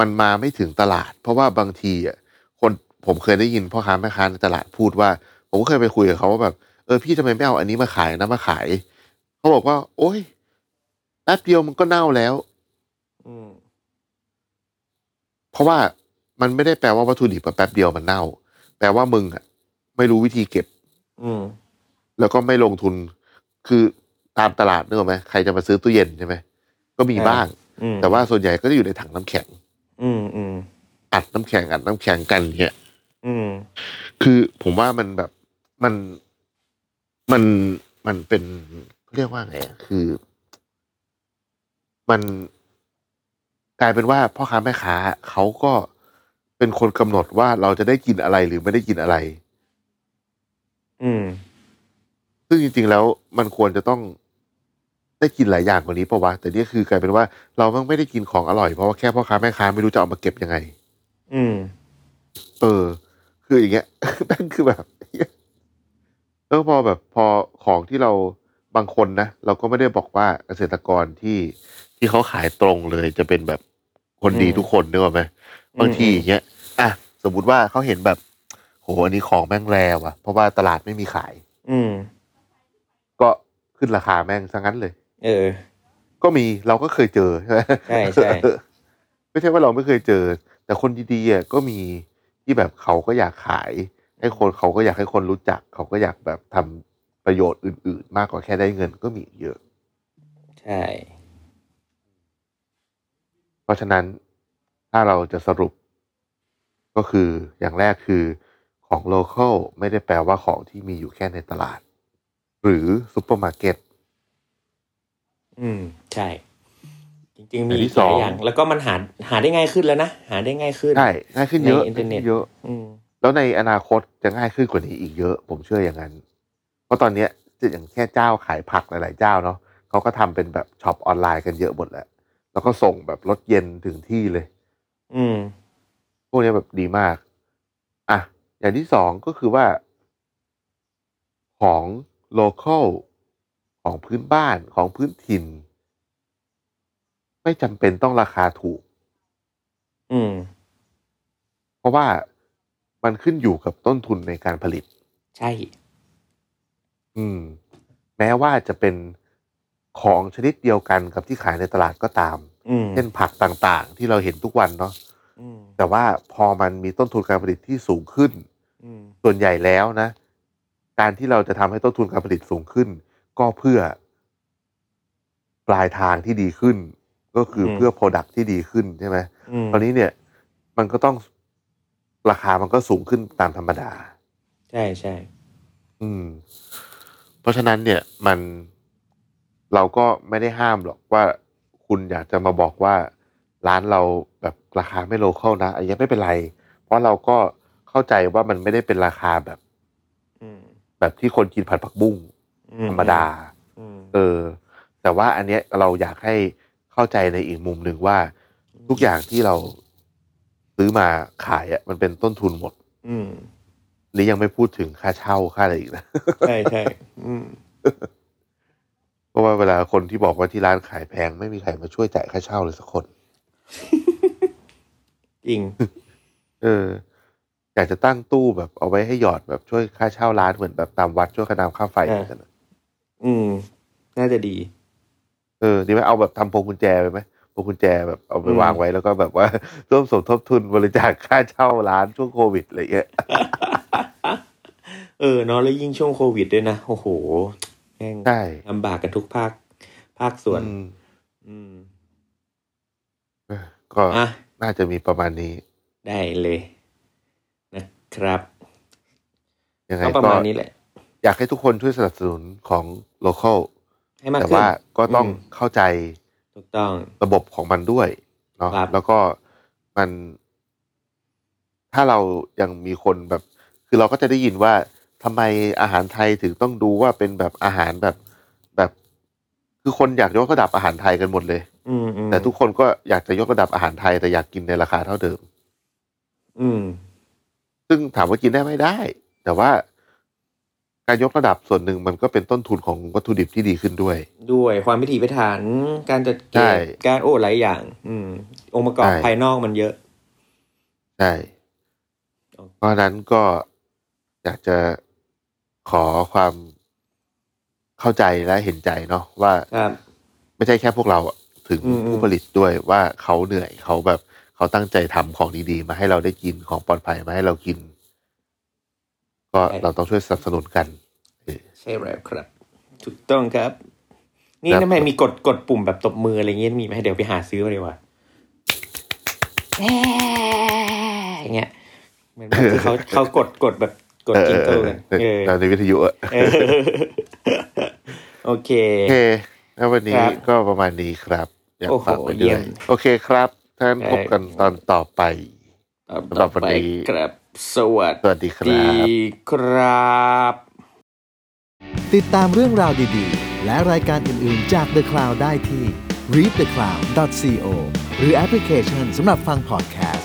S4: มันมาไม่ถึงตลาด เพราะว่าบางทีอ่ะคนผมเคยได้ยินพ่อค้าแม่ค้าในตลาดพูดว่า ผมก็เคยไปคุยกับเขาว่าแบบเออพี่ทำไมไม่เอาอันนี้มาขายนะมาขาย เขาบอกว่า โอ๊ยแป๊บเดียวมันก็เน่าแล้ว
S3: อืม
S4: เพราะว่ามันไม่ได้แปลว่าวัตถุดิบอะแป๊บเดียวมันเน่า แปลว่ามึงอ่ะไม่รู้วิธีเก็บ
S3: อืม
S4: แล้วก็ไม่ลงทุน คือตามตลาดเนกอะไหมใครจะมาซื้อตู้เย็นใช่ไหมก็มีบ้าง
S3: อืม
S4: แต่ว่าส่วนใหญ่ก็จะอยู่ในถังน้ำแข็ง
S3: อืมอืม
S4: อัดน้ำแข็งอัดน้ำแข็งกันเนี่ย
S3: อืม
S4: คือผมว่ามันแบบมันมันมันเป็นเรียกว่าไงอะคือ มันกลายเป็นว่าพ่อค้าแม่ค้าเขาก็เป็นคนกำหนดว่าเราจะได้กินอะไรหรือไม่ได้กินอะไร
S3: อืม
S4: ซึ่งจริง ๆ แล้วมันควรจะต้องได้กินหลายอย่างกว่านี้ปะวะแต่นี่คือกลายเป็นว่าเราแม่งไม่ได้กินของอร่อยเพราะว่าแค่พ่อค้าแม่ค้าไม่รู้จะเอามาเก็บยังไง
S3: อืม
S4: เออ คืออย่างเงี้ย <laughs> แม่งคือแบบเหี้ยแล้วพอแบบพอของที่เราบางคนนะเราก็ไม่ได้บอกว่าเกษตรกรที่ที่เขาขายตรงเลยจะเป็นแบบคนดีทุกคนนึกออกไหมบางทีอย่างเงี้ยอ่ะสมมติว่าเขาเห็นแบบ โหอันนี้ของแม่งแรงว่ะ เพราะว่าตลาดไม่มีขาย
S3: อืม
S4: ก็ขึ้นราคาแม่งซะงั้นเลย
S3: เออ
S4: ก็มีเราก็เคยเจอใช่ไหม
S3: ใช่ใช่
S4: <laughs> เออไม่ใช่ว่าเราไม่เคยเจอ แต่คนดีๆอ่ะก็มีที่แบบเขาก็อยากขาย ไอ้คนเขาก็อยากให้คนรู้จัก เขาก็อยากแบบทำประโยชน์อื่น ๆ มากกว่าแค่ได้เงินก็มีอีกเยอะ
S3: ใช่
S4: เพราะฉะนั้นถ้าเราจะสรุปก็คืออย่างแรกคือของ local ไม่ได้แปลว่าของที่มีอยู่แค่ในตลาด หรือซุปเปอร์มาร์เก็ต
S3: อืมใช่ จริง ๆ มี
S4: อันที่
S3: หลาย
S4: สอง
S3: อย่าง แล้วก็มันหาหาได้ง่ายขึ้นแล้วนะ หาได้ง่ายขึ้น
S4: ได้ง่ายขึ้นเยอะ
S3: ในอินเทอร์เน็ต
S4: ง่ายขึ้เยอะ
S3: อืม
S4: แล้วในอนาคตจะง่ายขึ้นกว่านี้อีกเยอะ ผมเชื่ออย่างนั้น เพราะตอนเนี้ยจะอย่างแค่เจ้าขายผักหลาย ๆ เจ้าเนาะเขาก็ทำเป็นแบบช็อปออนไลน์กันเยอะหมดแล้ว แล้วก็ส่งแบบรถเย็นถึงที่เลย
S3: อืม
S4: พวกเนี้ยแบบดีมาก อ่ะ อย่างที่สองก็คือว่า ของ local ของพื้นบ้านของพื้นถิ่น ไม่จำเป็นต้องราคาถูก
S3: อืม
S4: เพราะว่ามันขึ้นอยู่กับต้นทุนในการผลิต
S3: ใช่
S4: อืม แม้ว่าจะเป็นของชนิดเดียวกันกับที่ขายในตลาดก็ตาม
S3: อืม
S4: เช่นผักต่างๆ ที่เราเห็นทุกวันเนาะ
S3: อืม
S4: แต่ว่าพอมันมีต้นทุนการผลิตที่สูงขึ้น
S3: อืม
S4: ส่วนใหญ่แล้วนะ การที่เราจะทำให้ต้นทุนการผลิตสูงขึ้น ก็เพื่อปลายทางที่ดีขึ้น ก็คือ
S3: ม
S4: เพื่อ Product ที่ดีขึ้นใช่ไหม
S3: อืม
S4: ตอนนี้เนี่ย มันก็ต้องราคามันก็สูงขึ้นตามธรรมดา
S3: ใช่ใช่
S4: อืม เพราะฉะนั้นเนี่ยมันเราก็ไม่ได้ห้ามหรอกว่าคุณอยากจะมาบอกว่าร้านเราแบบราคาไม่โลเคอลนะอันนี้ไม่เป็นไร เพราะเราก็เข้าใจว่ามันไม่ได้เป็นราคาแบบ
S3: อืม
S4: แบบที่คนกินผัดผักบุ้ง
S3: อื
S4: ธรรมดา
S3: อืม
S4: เออ แต่ว่าอันเนี้ยเราอยากให้เข้าใจในอีกมุมหนึ่งว่า ทุกอย่างที่เราซื้อมาขายอ่ะมันเป็นต้นทุนหมด
S3: อืม
S4: นี่ยังไม่พูดถึงค่าเช่าค่าอะไรอีกนะ
S3: ใช่ใช่อืม
S4: เพราะว่าเวลาคนที่บอกว่าที่ร้านขายแพงไม่มีใครมาช่วยจ่ายค่าเช่าเลยสักคน
S3: จริง
S4: เออ อยากจะตั้งตู้แบบเอาไว้ให้หยอดแบบช่วยค่าเช่าร้านเหมือนแบบตามวัดช่วยค่าน้ำค่าไฟ
S3: อ่า
S4: เหมือนกันนะ
S3: อืม น่าจะดี
S4: เออดีไหมเอาแบบทำพวงกุญแจไปไหมพวงกุญแจแบบเอาไป
S3: อืม
S4: วางไว้แล้วก็แบบว่า <laughs> ร่วมสมทบทุนบริจาคค่าเช่าร้านช่วงโควิดอะไรเงี้ย
S3: เออเนาะแล้วยิ่งช่วงโควิดด้วยนะ โอ้โหแม่ง
S4: ใช่
S3: ลำบากกันทุกภาค ภาคส่วน
S4: อืม
S3: อืม
S4: ก็
S3: อ่ะ
S4: น่าจะมีประมาณนี้
S3: ได้เลยนะครับ
S4: ยังไง
S3: ก็ประ
S4: ก็
S3: มาณนี้แหละ
S4: อยากให้ทุกคนช่วยสนับสนุนของ local
S3: ให้มาก
S4: แต่
S3: ขึ้น
S4: ว่าก็ต้อง
S3: ม
S4: เข้าใจ
S3: ถูกต้อง
S4: ระบบของมันด้วยเนาะ
S3: ครับ
S4: แล้วก็มัน ถ้าเรายังมีคนแบบ คือเราก็จะได้ยินว่าทำไมอาหารไทยถึงต้องดูว่าเป็นแบบอาหารแบบแบบ คือคนอยากยกระดับอาหารไทยกันหมดเลย
S3: อืมอืม
S4: แต่ทุกคนก็อยากจะยกระดับอาหารไทยแต่อยากกินในราคาเท่าเดิม
S3: อืม
S4: ซึ่งถามว่ากินได้ไหมได้ แต่ว่าการยกระดับส่วนหนึ่งมันก็เป็นต้นทุนของวัตถุดิบที่ดีขึ้นด้วย
S3: ด้วยความพิถีพิถันการจัดเก็
S4: ใช่
S3: บการโอ้หลายอย่าง อืม องค์ประกอบ
S4: ใช่
S3: ภายนอกมันเยอะ
S4: ใช่
S3: โอเค
S4: เพราะฉะนั้นก็อยากจะขอความเข้าใจและเห็นใจเนาะว่า
S3: ครับ
S4: ไม่ใช่แค่พวกเราอะถึง
S3: อืมอืม
S4: ผู้ผลิตด้วยว่าเขาเหนื่อยเขาแบบเขาตั้งใจทำของดีๆ มาให้เราได้กินของปลอดภัยมาให้เรากิน ก็เราต้องช่วยสนับสนุนกัน
S3: ใช่แล้วครับ ถูกต้องครับ นี่
S4: ครับ
S3: ทำไมมีกดกดปุ่มแบบตบมืออะไรเงี้ยมีไหมเดี๋ยวไปหาซื้อมาดีกว่าแย่อย่างเงี้ยเหมือนแบบที่เขา <laughs> เขากดกดแบบกด
S4: เออ
S3: จิงเกิลกัน
S4: เออ
S3: เอ
S4: เออ
S3: อ
S4: เราในวิทยุอะ
S3: เออโอเค
S4: โอเคแล้ววันนี้
S3: ครับ
S4: ก็ประมาณนี้ครับ อยาก
S3: โอ้โห
S4: ฝากไว้
S3: เยี่
S4: ด้วย ย
S3: ม
S4: โอเคครับท่านพบกันตอนต่อไป สำหรับวันนี้
S3: ต่อไปครับ สวัส
S4: สวัสดีครั
S3: ดี
S4: บ
S3: ครับ
S1: ติดตามเรื่องราวดีๆ และรายการอื่นๆจาก The Cloud ได้ที่ readthecloud.co หรือแอปพลิเคชันสำหรับฟัง podcast